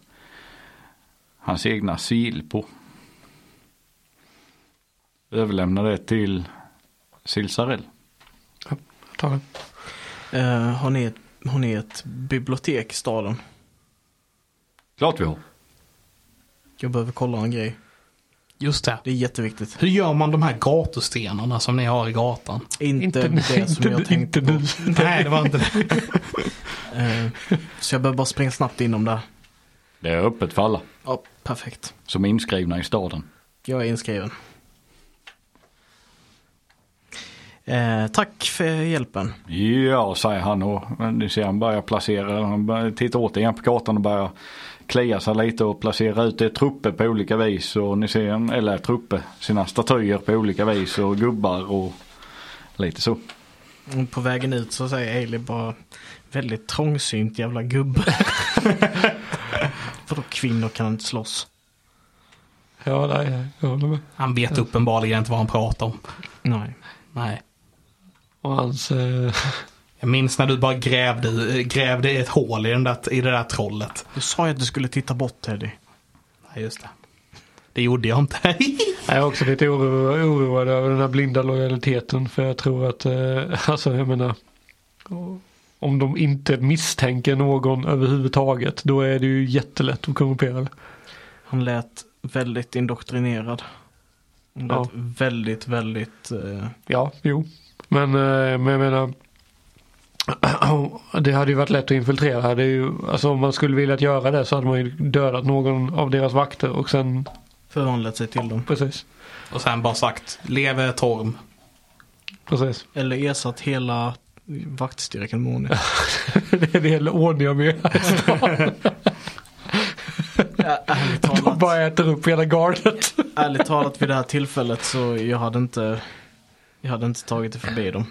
S3: hans egna sigill på. Överlämnar det till Silsarell.
S4: Jag tar det.
S2: Eh, har, ni ett, har ni ett bibliotek i staden?
S3: Klart vi har.
S2: Jag behöver kolla en grej.
S1: Just det.
S2: Det är jätteviktigt.
S1: Hur gör man de här gatustenarna som ni har i gatan?
S2: Inte,
S4: Inte,
S2: det som
S4: inte,
S2: jag
S4: inte,
S2: tänkte
S4: inte
S2: på.
S4: du.
S1: nej, det var inte det.
S2: Eh, så jag behöver bara springa snabbt inom där.
S3: Det är öppet för alla
S2: Ja, perfekt.
S3: som är inskrivna i staden.
S2: Jag är inskriven. Eh, tack för hjälpen.
S3: Ja, säger han och men ni ser han börjar placera, han börjar titta återigen på kartan och börjar klia sig lite och placera ut det trupper på olika vis och ni ser, han- eller trupper, sina statyer på olika vis och gubbar och lite så.
S2: Och Mm, På vägen ut så säger Ailey bara väldigt trångsynt jävla gubbe. Vadå kvinnor kan inte slåss?
S4: Ja, nej, jag håller med.
S1: Han vet uppenbarligen inte vad han pratar om.
S2: Nej.
S1: Nej.
S4: Och hans... Eh,
S1: Jag minns när du bara grävde, grävde ett hål i, den där, i det där trollet.
S2: Du sa ju att du skulle titta bort Teddy.
S1: Nej, just det. Det gjorde jag inte.
S4: jag är också lite oro, oroad över den här blinda lojaliteten. För jag tror att, eh, alltså jag menar. Om de inte misstänker någon överhuvudtaget. Då är det ju jättelätt att korrumpera det.
S2: Han lät väldigt indoktrinerad. Han lät
S4: Ja.
S2: väldigt, väldigt... eh,
S4: Ja, jo. Men, eh, men jag menar. Det hade ju varit lätt att infiltrera. Det är ju, alltså om man skulle vilja att göra det så hade man ju dödat någon av deras vakter och sen
S2: förvandlat sig till dem.
S4: precis.
S1: Och sen bara sagt, leve Torm.
S4: Precis.
S2: Eller ersatt hela vaktstyrkan med ordning.
S4: Det är en hel ordning jag med.
S2: Ä- ärligt,
S4: De
S2: talat,
S4: bara äter upp hela gardet.
S2: ärligt talat vid det här tillfället så jag hade inte, jag hade inte tagit det förbi dem.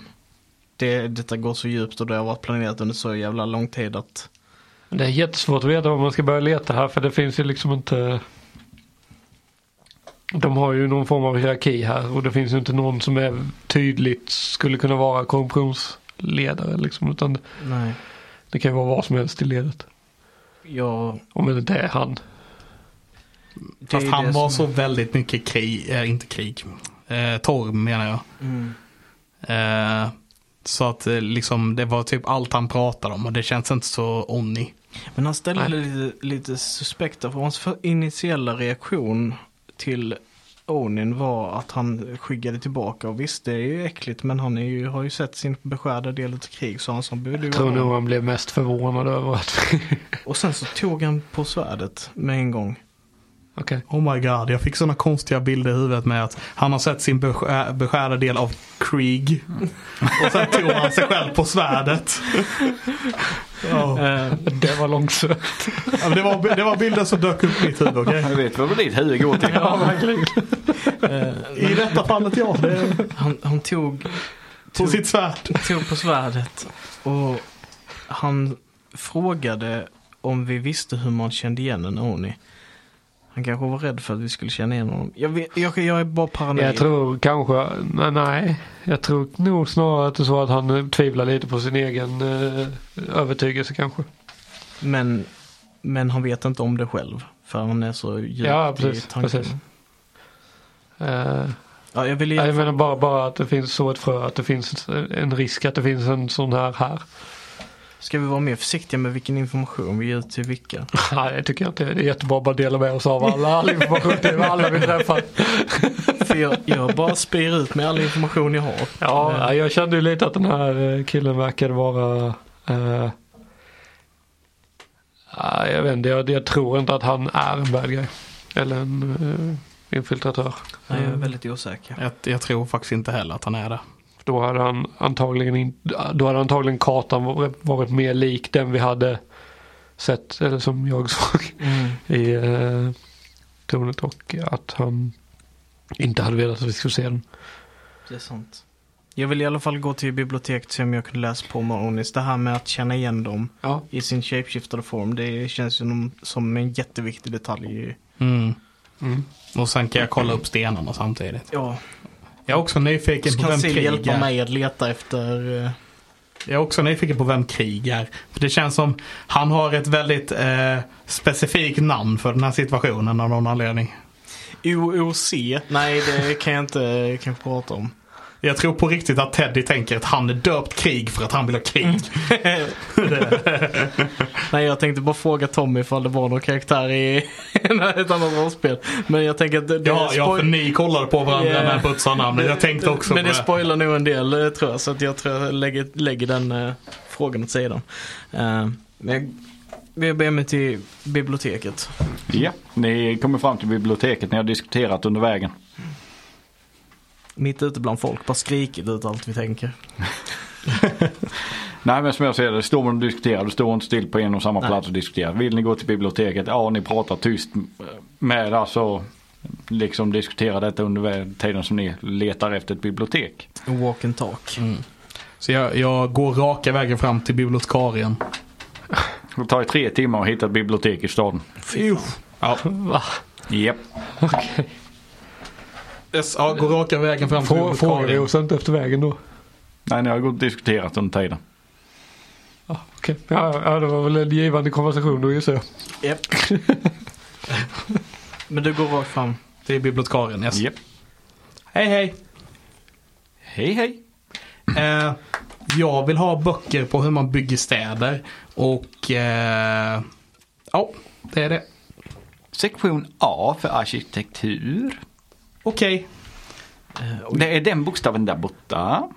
S2: Det, detta går så djupt och det har varit planerat under så jävla lång tid att
S4: Det är jättesvårt att veta var man ska börja leta här för det finns ju liksom inte. De har ju någon form av hierarki här och det finns ju inte någon som är tydligt skulle kunna vara korruptionsledare liksom. Utan
S2: nej,
S4: det kan ju vara vad som helst i ledet.
S2: jag...
S4: Om det inte är han.
S2: det
S1: Fast
S2: är
S1: han
S2: det
S1: var
S2: som-
S1: så väldigt mycket krig, eh, inte krig, eh, Torm menar jag.
S2: Mm.
S1: Eh, så att eh, liksom det var typ allt han pratade om och det känns inte så onni.
S2: Men han ställde lite, lite suspekta för hans för- initiella reaktion till Onin var att han skyggade tillbaka och visst det är ju äckligt men han är ju, har ju sett sin beskärda del av krig så han sa "Bu, du
S4: Jag tror
S2: var-
S4: nog han blev mest förvånad över att...
S2: Och sen så tog han på svärdet med en gång.
S4: Okej.
S1: Oh my god, jag fick sådana konstiga bilder i huvudet med att han har sett sin beskär, äh, beskärda del av krig.
S2: Mm.
S1: Och sen tog han sig själv på svärdet. Ja,
S2: Eh,
S4: Det var långsökt.
S1: men det, var, det var bilder som dök upp i mitt huvud, okej?
S3: Jag vet vad ditt huvud går till.
S4: Ja, verkligen.
S2: eh,
S1: I detta fallet ja, det,
S2: han, han tog,
S1: på
S2: tog,
S1: sitt svärd.
S2: tog på svärdet och han frågade om vi visste hur man kände igen en Oni. Han kanske var rädd för att vi skulle känna igen honom. Jag, vet, jag, jag är bara paranoid.
S4: Jag tror kanske, nej, nej. Jag tror nog snarare att det är så att han eh, tvivlar lite på sin egen eh, övertygelse kanske.
S2: Men, men han vet inte om det själv. För han är så djupt
S4: Ja, precis,
S2: i tanken.
S4: precis. Eh,
S2: Ja, jag ville
S4: jag menar bara, bara att det finns så ett frö, att det finns en risk att det finns en sån här här.
S2: Ska vi vara mer försiktiga med vilken information vi ger ut till vilka?
S4: Nej, det tycker jag inte. Det är jättebra att bara dela med oss av alla, all information till alla vi träffar.
S2: För jag, jag bara spyr ut med all information jag har.
S4: Ja, ja, jag kände ju lite att den här eh, killen verkade vara... eh, ja, jag vet inte, jag, jag tror inte att han är en bad guy. Eller en eh, infiltratör.
S2: Nej, jag är väldigt osäker.
S1: Jag, jag tror faktiskt inte heller att han är det.
S4: Då hade han antagligen, in, då hade antagligen kartan varit- varit mer lik den vi hade sett, eller som jag såg
S2: Mm.
S4: i eh, tornet och att han inte hade velat att vi skulle se den.
S2: Det är sant. Jag vill i alla fall gå till biblioteket och se om jag kunde läsa på med Onis. Det här med att känna igen dem
S4: Ja.
S2: i sin shapeshiftade form. Det känns ju som- som en jätteviktig detalj. i-
S1: Mm.
S4: Mm.
S1: Och sen kan jag kolla upp stenarna samtidigt.
S2: Ja,
S1: Jag är också nyfiken
S2: så
S1: på
S2: kan
S1: vem
S2: Sil
S1: krig
S2: hjälpa
S1: är.
S2: mig att leta efter eh,
S1: Jag är också nyfiken på vem krig är. För det känns som han har ett väldigt eh, specifikt namn för den här situationen av någon anledning.
S2: OOC. Nej, det kan jag inte eh, kanske prata om.
S1: Jag tror på riktigt att Teddy tänker att han är döpt krig för att han vill ha
S2: Mm.
S1: krig.
S2: Nej, jag tänkte bara fråga Tommy ifall det var någon karaktär i ett annat rollspel. Men jag tänker att det, det
S1: Ja, ja,
S2: spoil-
S1: för ni kollade på varandra
S2: Yeah.
S1: när jag putsade namnet. Jag tänkte också
S2: Men
S1: på
S2: det
S1: det.
S2: spoilar nog en del eh, tror jag. Så att jag tror jag lägger, lägger den eh, frågan åt sidan. Eh, men jag, jag ber mig till biblioteket.
S3: Ja, ni kommer fram till biblioteket. Ni har diskuterat under vägen.
S2: Mitt ute bland folk. Bara skrikit ut allt vi tänker.
S3: Nej men som jag ser det, står man och diskuterar, du står inte still på en och samma
S2: Nej.
S3: plats och diskuterar. Vill ni gå till biblioteket? Ja, ni pratar tyst med alltså liksom diskutera detta under vä- tiden som ni letar efter ett bibliotek.
S2: Walk
S1: Mm,
S2: and talk.
S1: Så jag, jag går raka vägen fram till bibliotekarien.
S3: Det tar ju tre timmar att hitta ett bibliotek i staden.
S1: Usch. Ja,
S4: Va?
S3: Japp.
S4: Okej.
S1: yes, ja, gå raka vägen fram till
S4: Frå,
S1: Robert
S4: frågar vi
S1: Karin.
S4: oss inte efter vägen då?
S3: Nej, ni har gått och diskuterat under tiden.
S4: Ja, Okej, ja, ja, ja, det var väl en givande konversation då gissar jag.
S2: Japp. Men du går rakt fram.
S1: Det är bibliotekarien, yes.
S3: Japp.
S1: Hej hej.
S3: Hej hej.
S1: Eh, jag vill ha böcker på hur man bygger städer. Och eh, ja, det är det.
S3: Sektion A för arkitektur.
S1: Okej,
S3: Det är den bokstaven där borta.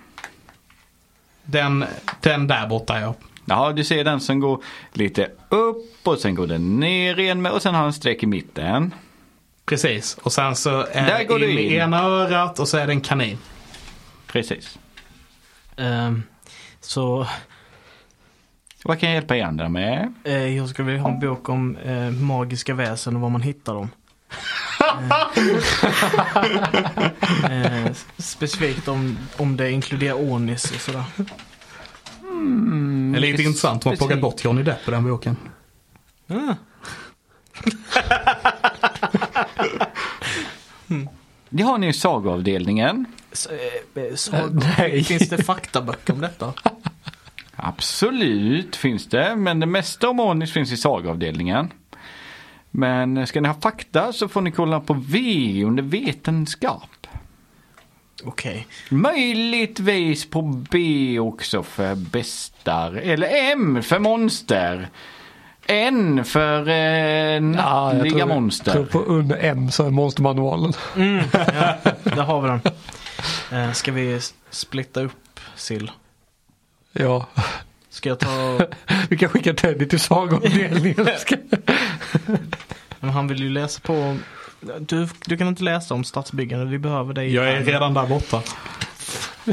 S1: den, den där borta ja.
S3: Ja, du ser den som går lite upp och sen går den ner igen med- och sen har en streck i mitten.
S1: Precis, och sen så är
S3: Där
S1: det
S3: går du
S1: in
S3: in.
S1: i ena örat och så är det en kanin.
S3: Precis.
S2: Ehm, så
S3: Vad kan jag hjälpa er andra med?
S2: eh, jag skulle vilja ha en bok om eh, magiska väsen och var man hittar dem. eh, eh, specifikt om, om det inkluderar Onis och sådär.
S1: det är lite
S3: Mm, precis.
S1: intressant, de har plockat bort Johnny Depp i den boken.
S3: Det har ni i sagoavdelningen.
S2: Så, eh, eh, så,
S4: nej.
S2: Finns det faktaböcker om detta?
S3: Absolut finns det, men det mesta om Onis finns i sagoavdelningen. Men ska ni ha fakta så får ni kolla på V under vetenskap.
S2: Okej.
S3: Möjligtvis på B också för bestar. Eller M för monster. N för eh,
S4: jag
S3: nattliga
S4: tror,
S3: monster.
S4: tror på under M så är monstermanualen.
S2: Där har vi den. Eh, ska vi s- splitta upp sill?
S4: Ja,
S2: Ska jag ta...
S4: vi kan skicka Teddy till sagoavdelningen.
S2: Men han vill ju läsa på... Du, du kan inte läsa om stadsbyggande, vi behöver dig.
S1: Jag är redan där borta.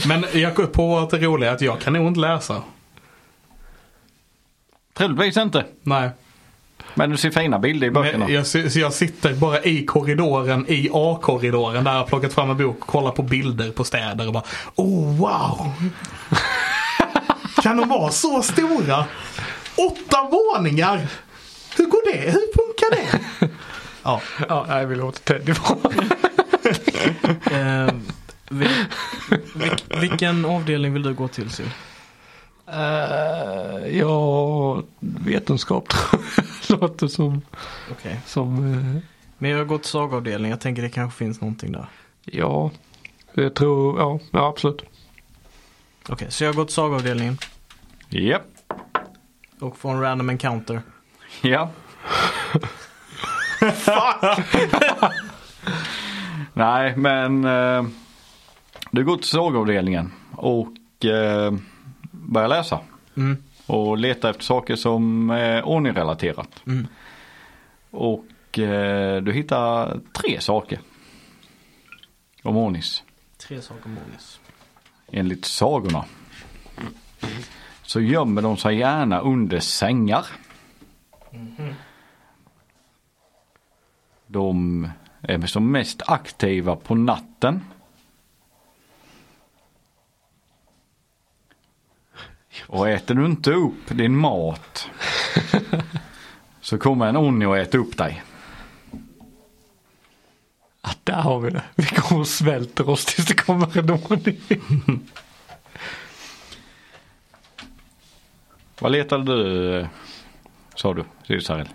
S1: Men jag går på att det roliga är att jag kan nog inte läsa.
S3: Troligtvis inte.
S1: Nej.
S3: Men du ser fina bilder i böckerna.
S1: Men jag, si- så jag sitter bara i korridoren, i A-korridoren där jag har plockat fram en bok och kollar på bilder på städer och bara Oh wow! kan de vara så stora? Åtta våningar! Hur går det? Hur funkar det? ja.
S4: ja, nej, vi låter Teddy vara.
S2: Eh, vi, vil- vilken avdelning vill du gå till Sill?
S4: Eh, ja, vetenskap tror jag. låter som,
S2: Okej.
S4: som eh,
S2: Men jag har gått till sagoavdelningen, jag tänker det kanske finns någonting där.
S4: Ja, jag tror, ja, ja absolut.
S2: Okej, så jag har gått till sagoavdelningen
S3: Japp.
S2: och får en random encounter.
S3: Ja. Nej men eh, du går till sågavdelningen och eh, börjar läsa.
S2: Mm.
S3: Och leta efter saker som är Oni-relaterat.
S2: Mm.
S3: Och eh, du hittar tre saker. Om Onis.
S2: Tre saker Monis.
S3: Enligt sagorna. Så gömmer de sig gärna under sängar. De är som mest aktiva på natten. Och äter du inte upp din mat så kommer en Oni och äter upp dig.
S4: Ja, där har vi det. Vi kommer och svälter oss tills det kommer en ordning.
S3: Vad letade du eh, sa du Cesarel?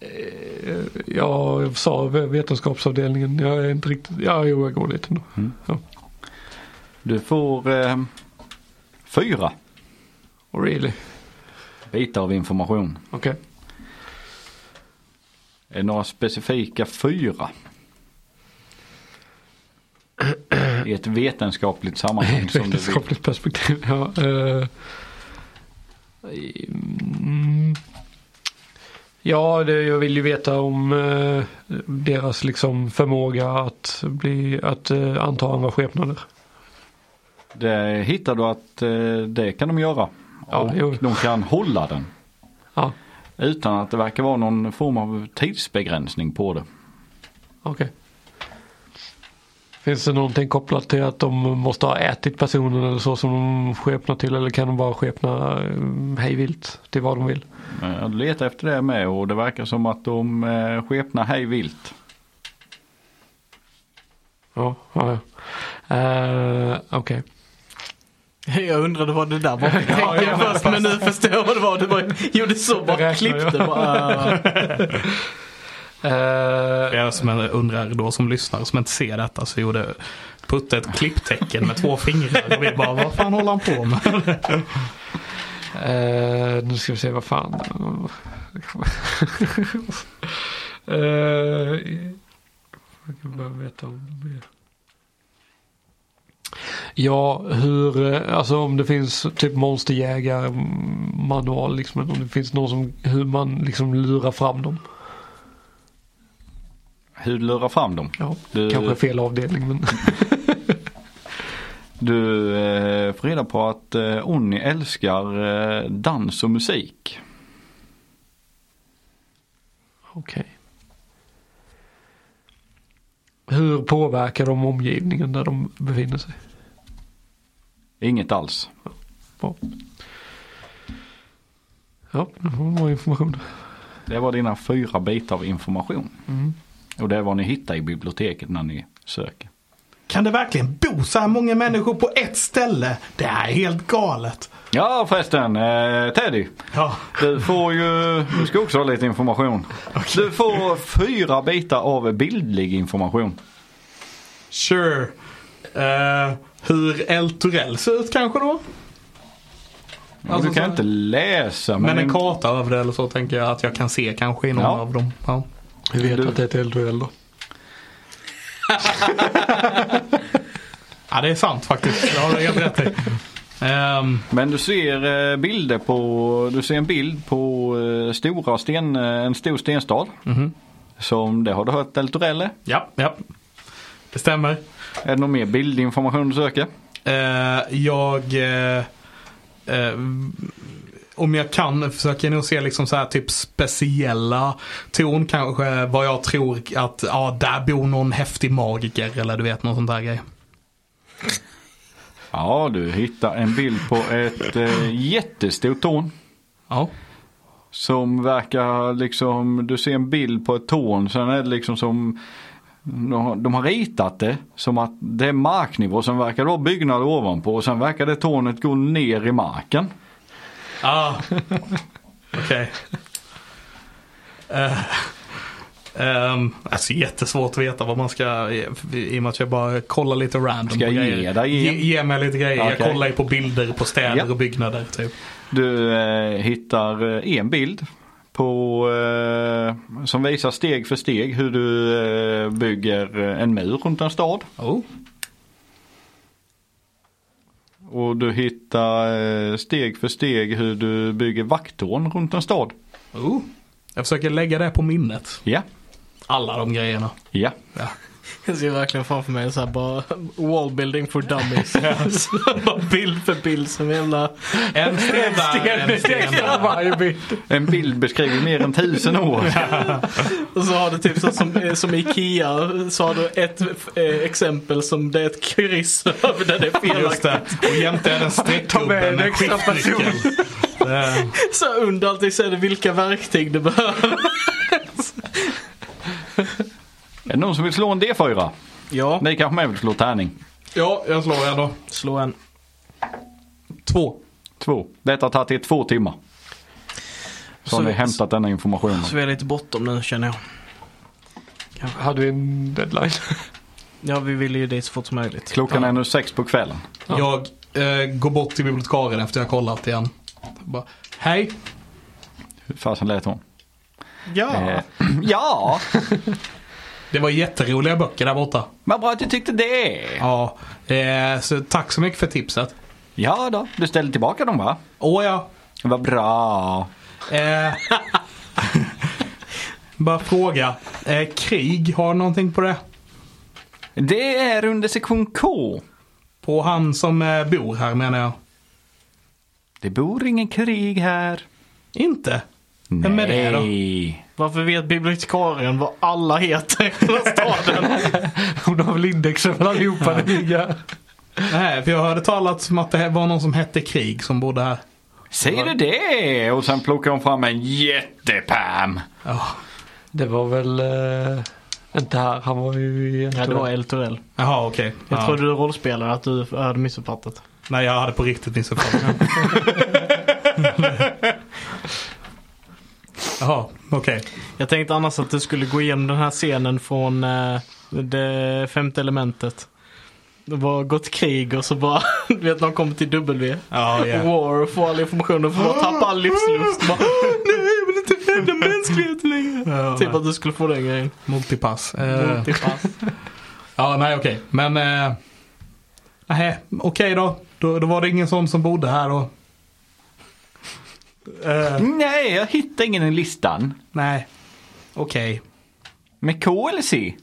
S4: Ja, jag sa vetenskapsavdelningen. Jag är inte riktigt, ja jo jag går lite ändå. Ja.
S3: Du får eh, fyra
S4: Oh, really?
S3: bitar av information.
S4: Okej.
S3: Är det några specifika fyra? I ett vetenskapligt sammanhang som du vill.
S4: Vetenskapligt perspektiv. Ja, eh. mm. ja det, jag vill ju veta om eh, deras liksom förmåga att, bli, att eh, anta andra skepnader.
S3: Det hittar du att eh, det kan de göra.
S4: Ja,
S3: och
S4: jo.
S3: de kan hålla den.
S4: Ja,
S3: Utan att det verkar vara någon form av tidsbegränsning på det.
S4: Okej. För Finns det någonting kopplat till att de måste ha ätit personen eller så som de skepnar till eller kan de bara skepna eh, hejvilt till vad de vill?
S3: Eh, Jag letar efter det med och det verkar som att de eh, skepnar hej vilt.
S4: Ja, ja, ja. Eh, Okej.
S2: Jag undrade vad det där var för
S4: Ja,
S2: tänker
S4: jag
S2: först men nu förstår jag vad det var. Du bara gjorde så bara
S4: Räknar jag.
S2: klippte bara. äh.
S4: Eh,
S1: Jag som undrar då som lyssnar som inte ser detta så gjorde Putte ett klipptecken med två fingrar och vi bara vad fan håller han på med?
S4: Eh, nu ska vi se vad fan. Eh, jag kan bara veta om det mer. Ja, hur, eh, alltså om det finns typ monsterjägarmanual liksom, om det finns någon som, hur man liksom lurar fram dem.
S3: Hur lurar fram dem?
S4: Ja,
S3: Du-
S4: kanske fel avdelning men.
S3: Du eh, får reda på att eh, Onni älskar eh, dans och musik.
S4: Okej. Hur påverkar de omgivningen där de befinner sig?
S3: Inget alls.
S4: Bra. Ja, nu får man bra information.
S3: Det var dina fyra bitar av information.
S1: Mm.
S3: Och det är vad ni hittar i biblioteket när ni söker.
S1: Kan det verkligen bo så här många människor på ett ställe? Det här är helt galet.
S3: Ja förresten, eh, Teddy.
S1: Ja,
S3: Du får ju, du ska också ha lite information. Du får fyra bitar av bildlig information.
S1: sure. Eh, hur El Torell ser ut kanske då? Alltså,
S3: du kan
S1: så-
S3: inte läsa
S1: Men en karta över det eller så tänker jag att jag kan se kanske i någon
S3: Ja.
S1: av dem. Ja.
S4: Vi vet
S3: Du-
S4: att det är ett eldduell då.
S1: ja, det är sant faktiskt. Det har du helt rätt i. Ehm,
S3: Men du ser eh, bilder på, du ser en bild på eh, stora sten, eh, en stor stenstad.
S1: Mhm.
S3: Som, det har du hört El Torelle.
S1: ja, ja. Det stämmer.
S3: Är det någon mer bildinformation du söker?
S1: Eh, jag... eh, eh, om jag kan försöker jag nog se liksom så här typ speciella torn kanske. Vad jag tror att, ja där bor någon häftig magiker eller du vet någon sån där grej.
S3: Ja, du hittar en bild på ett eh, jättestort torn.
S1: Ja.
S3: Som verkar liksom, du ser en bild på ett torn. Sen är det liksom som, de har- de har ritat det som att det är marknivå. Sen verkar det vara byggnader ovanpå. Och sen verkar det tornet gå ner i marken.
S1: Ah. Okej. Eh, ehm, alltså jättesvårt att veta vad man ska, i i och med att jag bara kollar lite random
S3: Ska
S1: på
S3: jag ge
S1: grejer.
S3: dig
S1: ge,
S3: en?
S1: ge mig lite grejer. Jag
S3: Okej.
S1: kollar ju på bilder på städer
S3: Ja.
S1: och byggnader typ.
S3: Du eh, hittar eh, en bild på, eh, som visar steg för steg hur du eh, bygger eh, en mur runt en stad.
S1: Oh.
S3: Och du hittar eh, steg för steg hur du bygger vakttorn runt en stad.
S1: Oh. Jag försöker lägga det på minnet.
S3: Ja,
S1: Alla de grejerna.
S3: ja.
S1: Ja.
S2: Jag ser verkligen framför mig så här bara wallbuilding for dummies. Så bara bild för bild som jävla
S1: En sten där, en sten där.
S4: Varje bit.
S3: En bild beskriver mer än tusen år.
S2: Och så har du typ så som, som Ikea så har du ett eh, exempel som det är ett kryss över där det är
S1: Just
S2: felaktigt.
S1: det. Och jämte är det en
S4: Ta med
S1: streckgubbe
S4: en
S1: med en
S4: extra
S1: skiftnyckel. Eh,
S2: Så under allting så är det vilka verktyg du behöver.
S3: Är det någon som vill slå en D4?
S2: Ja,
S3: Ni kanske med vill slå tärning?
S1: Ja, jag slår ändå.
S2: slå en.
S1: Två.
S3: Två. Detta har tagit er två timmar. Så, har ni hämtat denna informationen.
S2: Så vi är lite bortom nu känner jag.
S4: Hade vi en deadline?
S2: Ja, vi vill ju dit så fort som möjligt.
S3: Klockan är nu sex på kvällen.
S1: Jag eh, går bort till bibliotekarien efter jag kollat igen. Bara, Hej!
S3: Hur fasen lät hon?
S2: Ja.
S3: Eh, ja,
S1: Det var jätteroliga böcker där borta.
S3: vad bra att du tyckte det.
S1: Ja, eh, så tack så mycket för tipset.
S3: Ja då, du ställde tillbaka dem va?
S1: Åh ja.
S3: Vad bra.
S1: Eh, bara fråga. Eh, krig, har du någonting på det?
S3: Det är under sektion K.
S1: På han som eh, bor här menar jag.
S3: Det bor ingen krig här.
S1: Inte? Vem är det då?
S3: Nej.
S2: Varför vet bibliotekarien vad alla heter i hela staden?
S4: Hon har väl indexen för allihopa det ligger.
S1: Nej, för jag hörde talats om att det här var någon som hette Krig som bodde här.
S3: Säger du det? Och sen plockar hon fram en jättepärm.
S1: Ja.
S4: Det var väl eh, inte här. Han var ju i
S2: Ja, det var El Torell.
S1: Jaha, okej.
S2: Jag
S1: Ja.
S2: trodde du rollspelare att du hade missuppfattat.
S1: Nej, jag hade på riktigt missuppfattat. Jaha, okej.
S2: Jag tänkte annars att du skulle gå igenom den här scenen från eh, det femte elementet. Det var gått krig och så bara, du vet när de kommer till W.
S1: Ja, ja.
S2: War och får all information och får bara tappa all livslust. Bara, Nej jag vill inte rädda mänskligheten längre.
S1: Ja,
S2: Typ att du skulle få den grejen. Mm, typ.
S1: Multipass. Eh,
S2: Multipass.
S1: ja, nej okej. Men... Eh, nej, okej då. då. Då var det ingen sån som bodde här och... Eh,
S3: Nej, jag hittar ingen i listan.
S1: nej. Okej.
S3: Med K eller C?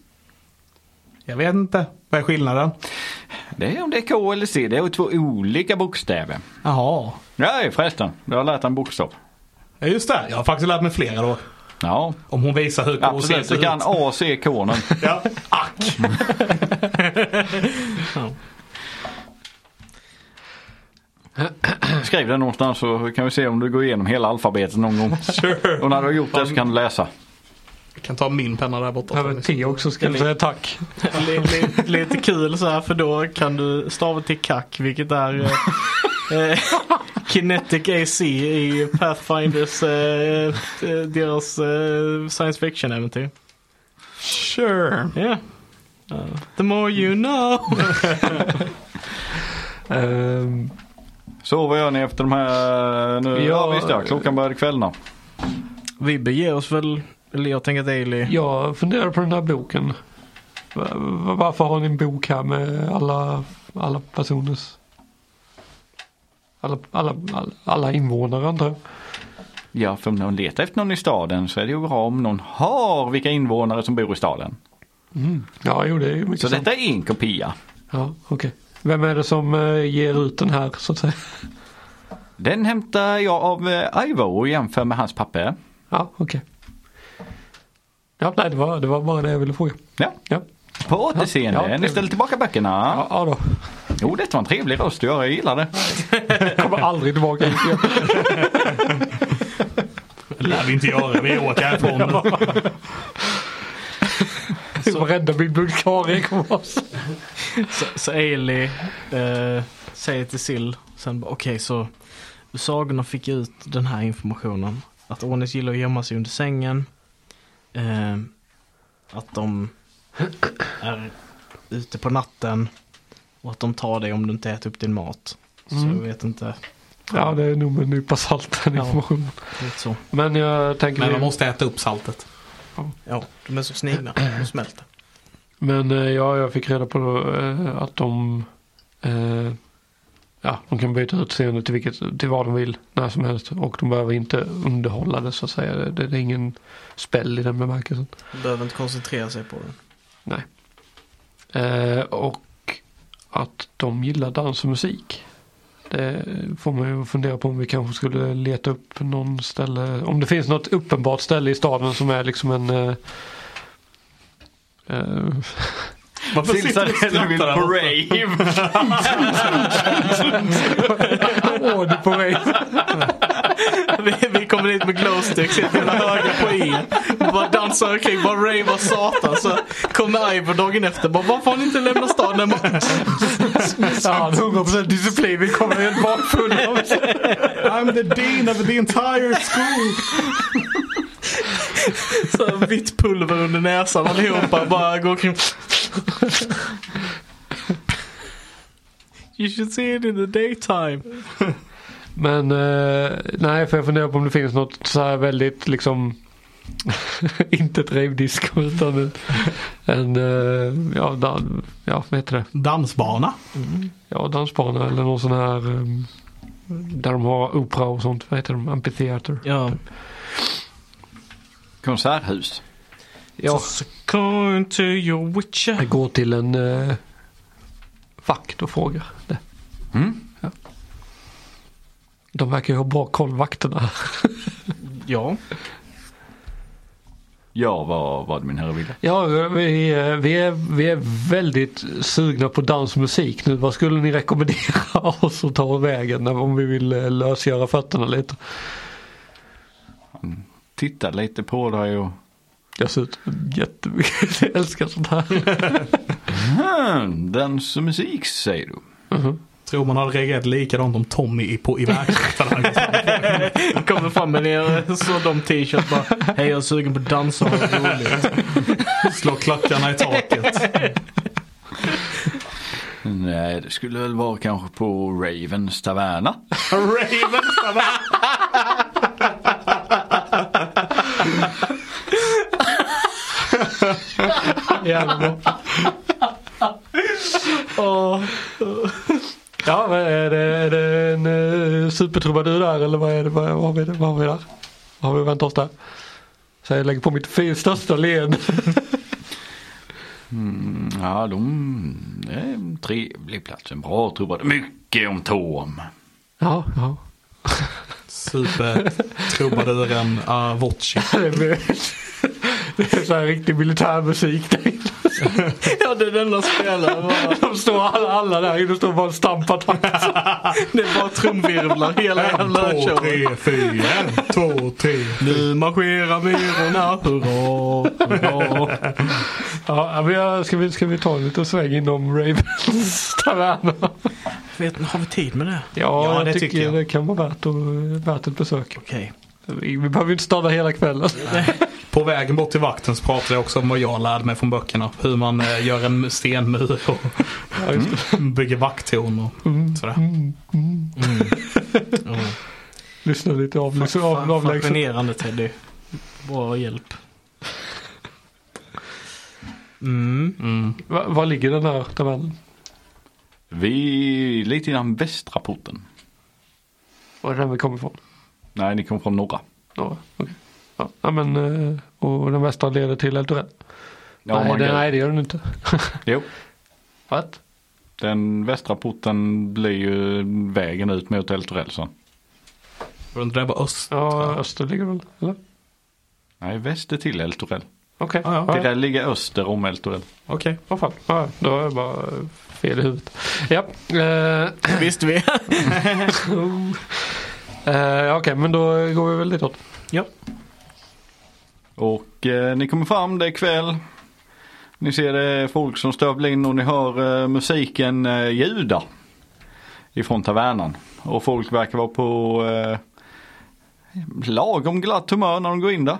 S1: Jag vet inte. Vad är skillnaden?
S3: Det är om det är K eller C. Det är ju två olika bokstäver.
S1: Jaha.
S3: Nej förresten, jag har lärt en bokstav.
S1: Ja, just det. Jag har faktiskt lärt mig flera då.
S3: Ja,
S1: Om hon visar hur K ser
S3: absolut.
S1: ut.
S3: Du kan A, C, K nu.
S1: Ja.
S3: Skriv det någonstans så kan vi se om du går igenom hela alfabetet någon gång.
S1: Sure.
S3: Och när du har gjort det så kan du läsa.
S1: Jag kan ta min penna där borta.
S4: Även T också skulle jag säga tack.
S2: Li- li- Lite kul så här för då kan du stava till kack vilket är eh, eh, Kinetic AC i Pathfinders eh, eh, deras eh, science fiction äventyr.
S1: Sure.
S2: Yeah. the more you know.
S4: Ehm,
S3: Så vad gör ni efter de här nu? Ja,
S4: Ja,
S3: visst ja, klockan börjar kvällna.
S2: Vi beger oss väl, eller jag tänker att Ailey.
S4: jag funderar på den här boken. Va- va- Varför har ni en bok här med alla, alla personers... Alla, alla, alla, alla invånare antar jag.
S3: Ja, för om någon letar efter någon i staden så är det ju bra om någon har vilka invånare som bor i staden.
S4: Ja, jo det är ju mycket
S3: Så
S4: sant.
S3: detta är en kopia.
S4: Ja, okej. Vem är det som eh, ger ut den här så att säga?
S3: Den hämtar jag av eh, Ivo och jämför med hans papper.
S4: Ja, okej. Ja, nej det var, det var bara det jag ville fråga.
S3: Ja,
S4: Ja,
S3: på återseende.
S4: Ja, ja.
S3: ni ställer tillbaka böckerna.
S4: ja, ja då.
S3: Jo, detta var en trevlig röst att göra. Jag gillar det.
S4: Jag kommer aldrig tillbaka hit igen.
S1: Det lär vi inte göra. Vi åker härifrån nu.
S4: Varenda bibliotekarie kommer vara så.
S2: Så, så Ailey eh, säger till Sill sen bara okej så sagorna fick ut den här informationen. Att Ornis gillar att gömma sig under sängen. Eh, att de är ute på natten. Och att de tar dig om du inte äter upp din mat. Så jag vet inte.
S4: Ja, det är nog med en nypa salt den
S2: Ja.
S4: informationen.
S2: Lite så.
S4: Men jag tänker...
S1: Men man måste äta upp saltet.
S2: Ja, de är så snigna. De smälter.
S4: Men eh, ja, jag fick reda på eh, att de... eh, Ja, de kan byta utseende till, vilket, till vad de vill när som helst. Och de behöver inte underhålla det så att säga. Det, det är ingen spell i den bemärkelsen.
S2: De behöver inte koncentrera sig på den.
S4: Eh, och att de gillar dans och musik. Det får man ju fundera på om vi kanske skulle leta upp någon ställe. Om det finns något uppenbart ställe i staden som är liksom en... Eh, eh,
S1: Varför sitter du och
S3: Silsarelli
S1: skrattar
S3: vill
S1: där borta?
S3: brave.
S4: Åh, det är på väg.
S2: Vi, vi kommer dit med glowsticks, helt jävla höga på E. Bara dansar omkring, bara ravar satan. Så kommer Ivor dagen efter bara varför har ni inte lämnat staden? Jag bara,
S4: Ja, 100% disciplin. Vi kommer helt bakfulla.
S1: I'm the dean of the entire school.
S2: Så här vitt pulver under näsan allihopa. Bara går omkring. You should see it in the daytime.
S4: Men eh, nej, för jag funderar på om det finns något så här väldigt liksom inte ett rejvdisco utan en, en eh, ja, dan, ja, vad heter det?
S1: Dansbana.
S4: Ja, dansbana eller någon sån här ehm, där de har opera och sånt. Vad heter de? Amphitheater.
S2: Ja.
S3: Konserthus.
S4: Ja,
S2: Going to your witcher.
S4: jag går till en eh, vakt och frågar det.
S3: Mm.
S4: Ja. De verkar ju ha bra koll vakterna.
S2: ja.
S3: Ja, vad, vad min herre ville.
S4: Ja, vi, eh, vi, är, vi är väldigt sugna på dansmusik nu. Vad skulle ni rekommendera oss att ta vägen när- om vi vill eh, lösgöra fötterna lite?
S3: Titta lite på dig och...
S4: Jag ser ut jättemycket. Jag älskar sånt här.
S3: Hmm, dansmusik säger du.
S1: Tror man hade reagerat likadant om Tommy i, på, i verkligheten.
S2: Kommer fram med er så de t-shirt bara. Hej jag är sugen på att dansa och ha roligt.
S1: Slå klackarna i taket.
S3: Nej, det skulle väl vara kanske på Ravens taverna.
S1: Ravens
S4: Jävla bra. Ja, men är det, är det en eh, supertrubadur där eller vad, är det, vad, vad, har vi, vad har vi där? Vad har vi väntat oss där? Så jag lägger på mitt fin- största leende.
S3: Ja, de... Det är en trevlig plats. En bra trubbad. Mycket om tåm.
S4: Ja, ja.
S1: Supertrubaduren Avocii.
S4: Det är, det är så här riktig militärmusik. där inne.
S2: Ja det är den enda spelaren. bara.
S4: De står alla, alla där inne och står bara och stampar takt.
S2: Det är bara trumvirvlar hela
S1: En,
S2: jävla
S1: två,
S2: showen.
S1: tre, fyra. En, två, tre.
S2: Nu marscherar myrorna, hurra, hurra.
S4: Ja, ja, men jag, ska, vi, ska vi ta en liten sväng inom Ravens taverna?
S2: Vet ni, har vi tid med det?
S4: Ja,
S1: Ja,
S4: jag
S1: det
S4: tycker,
S1: tycker jag.
S4: det kan vara värt, och, värt ett besök.
S2: Okej.
S4: Vi, vi behöver ju inte stanna hela kvällen.
S1: På vägen bort till vakten så pratade jag också om vad jag lärde mig från böckerna. Hur man eh, gör en stenmur och
S4: Ja, just det.
S1: bygger vakttorn och sådär.
S4: Mm, mm.
S2: Mm.
S4: Lyssna lite av, lyssna av, avlägset.
S2: Fascinerande Teddy. Bra hjälp. Mm.
S1: Mm.
S4: Va- Var ligger den här tavernen?
S3: Vi... Lite innan västra porten.
S4: Var är den vi kommer ifrån?
S3: Nej, ni kommer från norra.
S4: Norra? Okej. Ja, ja, men, eh, och den västra leder till Eldoret?
S3: Ja,
S4: nej,
S3: man
S4: det,
S3: kan-
S4: nej, det gör den inte.
S3: Jo,
S4: What?
S3: den västra porten blir ju vägen ut mot Eltorell sen.
S1: Var det inte det bara öst?
S4: Ja, öster ligger väl? Eller?
S3: Nej, väster till Eltorell.
S4: Okej.
S1: Ja, ja.
S4: Ja,
S3: Det där ligger öster om Eltorell.
S1: Okej.
S4: Vad fan. Ja, då har jag bara eh, fel i huvudet. Ja. Eh,
S2: Visste vi.
S4: eh, Okej, men då går vi väl ditåt.
S2: ja.
S3: Och eh, ni kommer fram, det är kväll. Ni ser eh, folk som stövlar in och ni hör eh, musiken eh, ljuda. Ifrån tavernan. Och folk verkar vara på eh, lagom glatt humör när de går in där.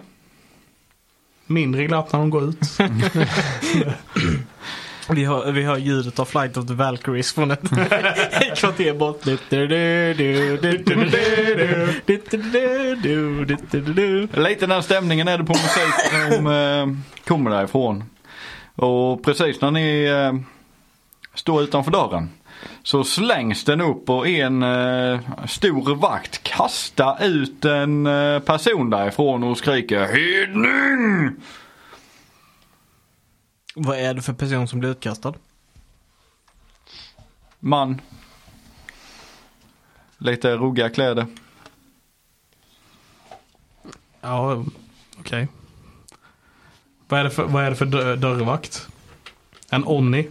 S1: Mindre glapp när de går ut.
S2: Vi hör, vi hör ljudet av Flight of the Valkyries från ett ett kvarter bort. Du, du, du, du, du, du, du, du, du, du, du, du, du, du, du.
S3: Lite den stämningen är det på musik som eh, kommer därifrån. Och precis när ni eh, står utanför dörren så slängs den upp och en eh, stor vakt kastar ut en eh, person därifrån och skriker Hyddning!
S2: Vad är det för person som blir utkastad?
S3: Man. Lite ruggiga kläder.
S1: Ja, okej. Vad är det för, vad är det för dö- dörrvakt? En Onni?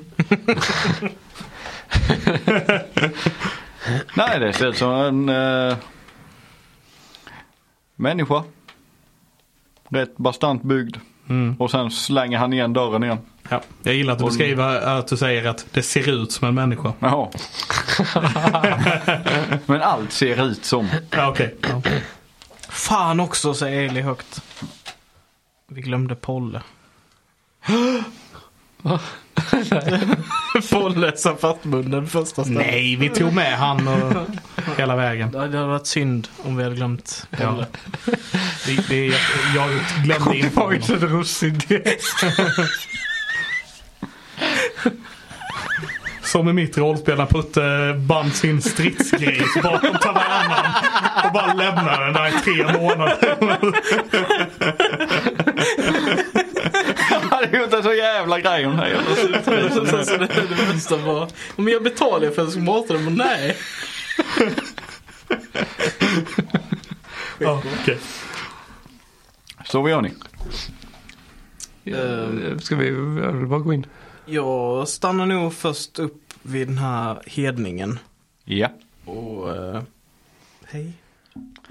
S3: Nej det ser ut som en eh, människa. Rätt bastant byggd.
S1: Mm.
S3: Och sen slänger han igen dörren igen.
S1: Ja. Jag gillar att du
S3: Onni.
S1: beskriver att du säger att det ser ut som en människa.
S3: Jaha. Men allt ser ut som.
S1: Ja, okej. Ja.
S2: Fan också, säger Eli högt. Vi glömde Polle. Polle sa fattmunnen första stället.
S1: Nej, vi tog med han och Mm. hela vägen.
S2: Det hade varit synd om vi hade glömt Polle.
S1: Det, det, jag, jag glömde in honom.
S4: en russin
S1: Som i mitt rollspel när Putte band sin stridsgris bakom tavernan och bara lämnade den där i tre månader.
S3: Han hade gjort en så jävla grej om det. här.
S2: Så- så- så det det bästa var, men jag betalar för att jag ska mata den, men nej.
S1: Ja, okej.
S3: Så vad gör ni?
S4: Eh, Ska vi jag vill bara gå in?
S2: Jag stannar nog först upp vid den här hedningen.
S3: Ja.
S2: Och... eh, hej.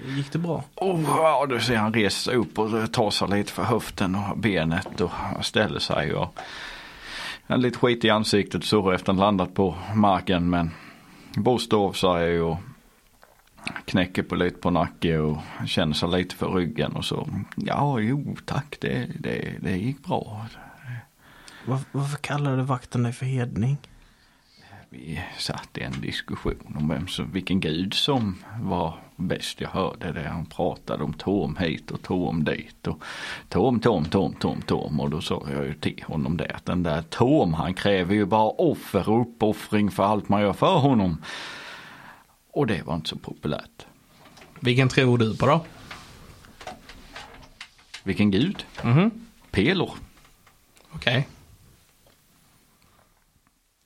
S2: Gick det bra?
S3: Oh, ja, du ser han reser sig upp och tar sig lite för höften och benet och ställer sig. Och han är lite skit i ansiktet så efter han landat på marken men borstar av sig och knäcker på lite på nacke och känner sig lite för ryggen och så. Ja, jo tack det, det, det gick bra.
S2: Var, varför kallade vakten dig för hedning?
S3: Vi satt i en diskussion om vem som, vilken gud som var bäst. Jag hörde det. Han pratade om tom hit och tom dit. Och tom, tom, tom, tom, tom. Och då sa jag ju till honom det att den där tom han kräver ju bara offer och uppoffring för allt man gör för honom. Och det var inte så populärt.
S1: Vilken tror du på då?
S3: Vilken gud?
S1: Mhm.
S3: Pelor.
S1: Okej.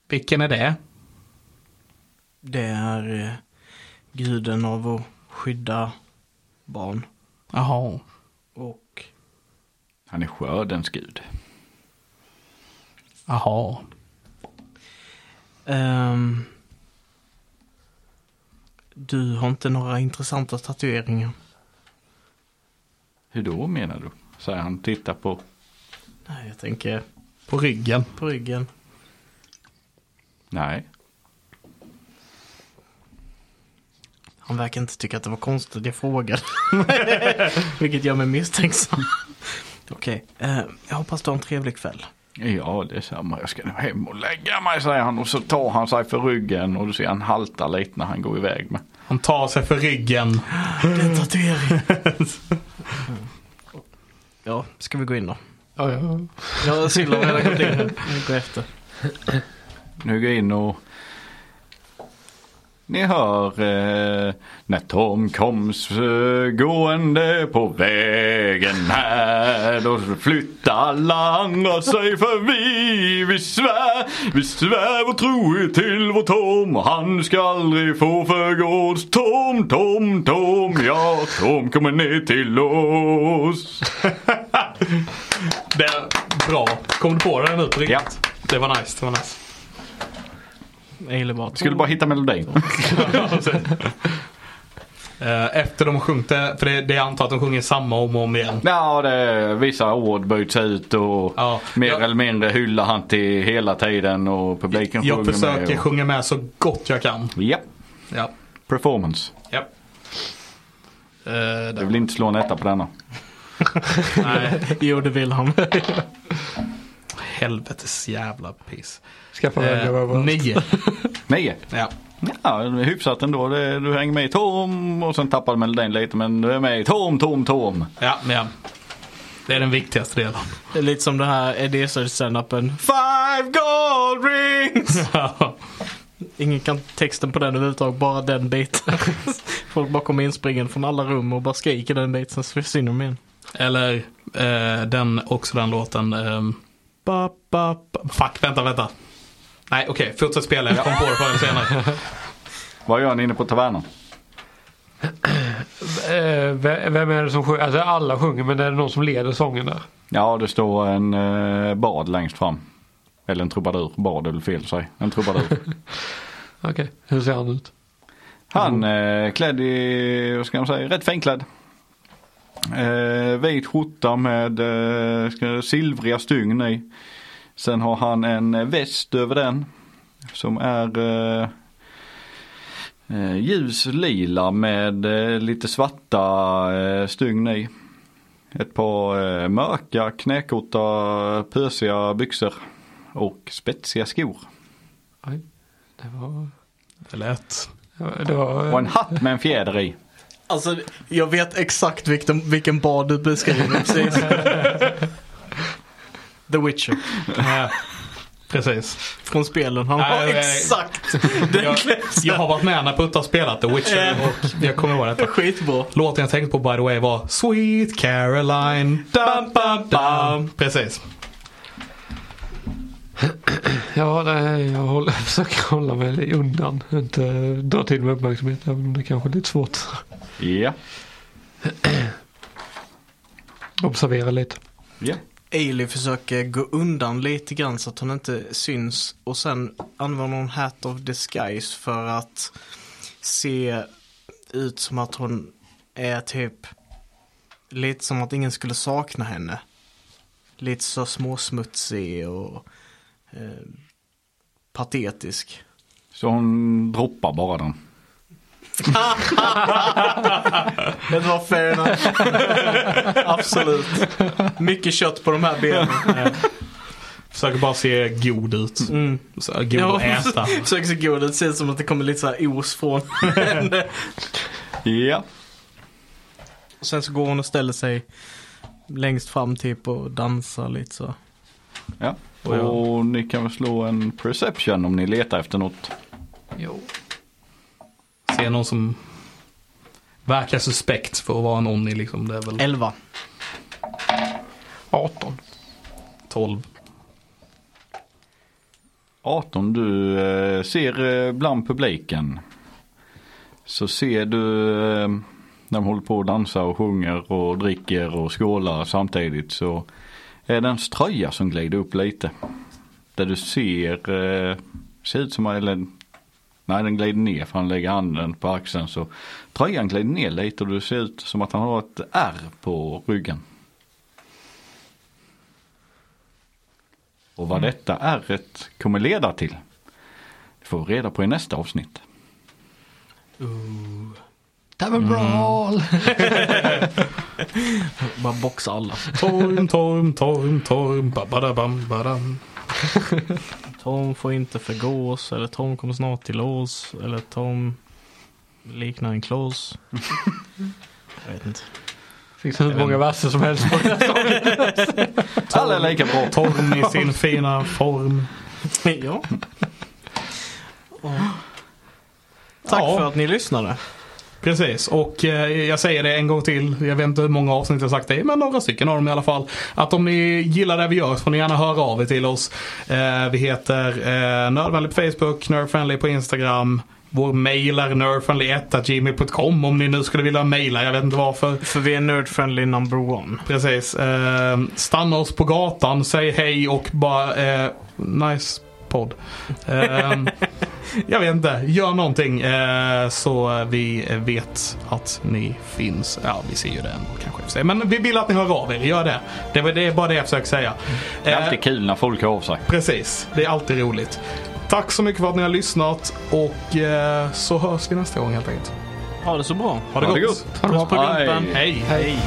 S1: Vilken är det?
S2: Det är eh, guden av att skydda barn.
S1: Jaha.
S2: Och
S3: Han är skördens gud.
S1: Jaha.
S2: Ehm, du har inte några intressanta tatueringar.
S3: Hur då menar du? Säger han tittar på.
S2: Nej, jag tänker
S1: På ryggen.
S2: på ryggen.
S3: Nej.
S2: Han verkar inte tycka att det var konstigt jag frågade. Vilket gör mig misstänksam. Okej, eh, jag hoppas du har en trevlig kväll.
S3: Ja, det är samma. Jag ska nu hem och lägga mig, säger han. Och så tar han sig för ryggen och du ser han haltar lite när han går iväg. Med.
S1: Han tar sig för ryggen.
S2: Det är en tatuering. ja, ska vi gå in då?
S4: Ja, ja.
S2: Jag sillar har redan gått in. Jag går efter.
S3: Nu går jag in och ni hör eh, när Tom koms eh, gående på vägen här då flyttar alla andra sig förbi. Vi svär, vi svär vår trohet till vår Tom. Han ska aldrig få förgås. Tom, Tom, Tom, ja Tom kommer ner till oss.
S1: Det är bra. Kom du på den nu på riktigt?
S3: Ja.
S1: Det var nice. Det var nice.
S2: Jag gillar bara att-
S3: Skulle bara hitta melodin.
S1: Eh, Efter de sjungit det, för det, det jag antar att de sjunger samma om och om igen.
S3: Ja, det, vissa ord byts ut och
S1: Ja,
S3: mer
S1: jag-
S3: eller mindre hyllar han till hela tiden och publiken
S1: Jag
S3: sjunger
S1: försöker
S3: med. Och...
S1: sjunga med så gott jag kan.
S3: Japp,
S1: Ja.
S3: performance.
S1: ja. Eh,
S3: Du
S1: där.
S3: vill inte slå en etta på denna.
S1: Nej,
S2: Jo, det vill han.
S1: helvetes jävla piss.
S4: Skaffa väljare
S1: Eh,
S4: överallt.
S1: nio.
S3: Nio.
S1: Ja.
S3: Ja, det är hyfsat ändå. Det, du hänger med i Tom och sen tappar du melodin lite men du är med i Tom, Tom, Tom.
S1: Ja, men ja. Det är den viktigaste delen.
S2: Det är lite som det här Eddie Izzard-standupen. Five gold rings! Ingen kan texten på den överhuvudtaget, bara den biten. Folk bara kommer inspringande från alla rum och bara skriker den biten, sen försvinner de igen.
S1: Eller eh, den, också den låten. ehm, ba, ba, ba. Fuck, vänta, vänta. Nej, okej, fortsätt spela. Jag kom på det förrän senare.
S3: Vad gör ni inne på tavernan?
S4: Eh, ve- Vem är det som sjunger? Alltså alla sjunger men är det någon som leder sången där?
S3: Ja, det står en eh, bard längst fram. Eller en trubadur. Bard är väl fel att säga. En trubadur.
S4: Okej, hur ser han ut?
S3: Han eh, klädd i, vad ska man säga, rätt finklädd. Eh, vit skjorta med eh, ska- silvriga stygn i. Sen har han en eh, väst över den. Som är eh, eh, ljus lila med eh, lite svarta eh, stygn i. Ett par eh, mörka knäkorta pösiga byxor. Och spetsiga skor.
S4: Oj, det var...
S1: Det lät.
S4: Det var...
S3: Och en hatt med en fjäder i.
S2: Alltså, jag vet exakt vilken, vilken bar du beskriver precis. The Witcher.
S1: Eh, precis.
S2: Från spelen. Han har
S1: Nej, nej.
S2: exakt
S1: Jag,
S2: den
S1: jag
S2: klädseln.
S1: har varit med när Putte har spelat The Witcher
S2: Eh.
S1: och jag kommer ihåg detta.
S2: Skitbra.
S1: Låten jag tänkte på by the way var Sweet Caroline. Dum, bum, dum. Precis.
S4: Ja, nej, jag, håller, jag försöker hålla mig undan. Inte dra till mig uppmärksamhet även om det kanske är lite svårt.
S3: Ja.
S4: observera lite.
S3: Ja.
S2: Ailey försöker gå undan lite grann så att hon inte syns och sen använder hon Hat of Disguise för att se ut som att hon är typ lite som att ingen skulle sakna henne. Lite så småsmutsig och eh, patetisk.
S3: Så hon droppar bara den.
S2: Det var fair enough. Absolut. Mycket kött på de här benen.
S1: Försöker bara se god ut.
S2: Mm.
S1: Så, god att äta.
S2: Försöker se god ut. Ser ut som att det kommer lite så här os från henne.
S3: Ja.
S2: Och sen så går hon och ställer sig längst fram typ och dansar lite så.
S3: ja.
S1: Och jag-
S3: Och ni kan väl slå en perception om ni letar efter något.
S4: Jo.
S1: Ser någon som verkar suspekt för att vara en onni liksom. Det är väl
S2: Elva.
S4: 18.
S1: 12.
S3: 18, du eh, ser eh, bland publiken. Så ser du eh, när de håller på och dansar och sjunger och dricker och skålar samtidigt så är det ens tröja som glider upp lite. Där du ser, eh, ser ut som, eller nej den glider ner för han lägger handen på axeln så tröjan glider ner lite och du ser ut som att han har ett R på ryggen. Och vad detta ärret kommer leda till. Det får vi reda på i nästa avsnitt.
S4: Det var bra!
S2: Bara boxar alla.
S1: Torm, torm, torm, torm, babadabam, badam.
S2: Tom får inte förgås eller Tom kommer snart till lås eller Tom liknar en klås. Jag vet inte.
S4: Finns hur många verser som helst.
S3: Alla är lika bra.
S1: Torm i sin fina form.
S2: ja. Och- Tack
S1: Ja.
S2: för att ni lyssnade.
S1: Precis, och eh, jag säger det en gång till. Jag vet inte hur många avsnitt jag sagt det i, men några stycken av dem i alla fall. Att om ni gillar det vi gör så får ni gärna höra av er till oss. Eh, vi heter eh, Nördvänlig på Facebook, Nerdfriendly på Instagram. Vår mail är nerdfriendly1gmail.com om ni nu skulle vilja mejla, jag vet inte varför.
S2: För vi är nerd-friendly number one.
S1: Precis. Eh, stanna oss på gatan, säg hej och bara eh, nice podd. Eh, jag vet inte, gör någonting eh, så vi vet att ni finns. Ja, vi ser ju det ändå kanske. i och för sig. Men vi vill att ni hör av er, gör det. Det, var, det är bara det jag försöker säga.
S3: Mm. Det är
S1: Eh,
S3: alltid kul när folk hör av sig.
S1: precis, det är alltid roligt. Tack så mycket för att ni har lyssnat och eh, så hörs vi nästa gång helt enkelt.
S2: Ha det så bra.
S1: Ha det,
S3: Ha det
S1: gott.
S3: gott.
S2: Puss på
S3: Hej.
S2: gumpen.
S1: Hej.
S2: Hej.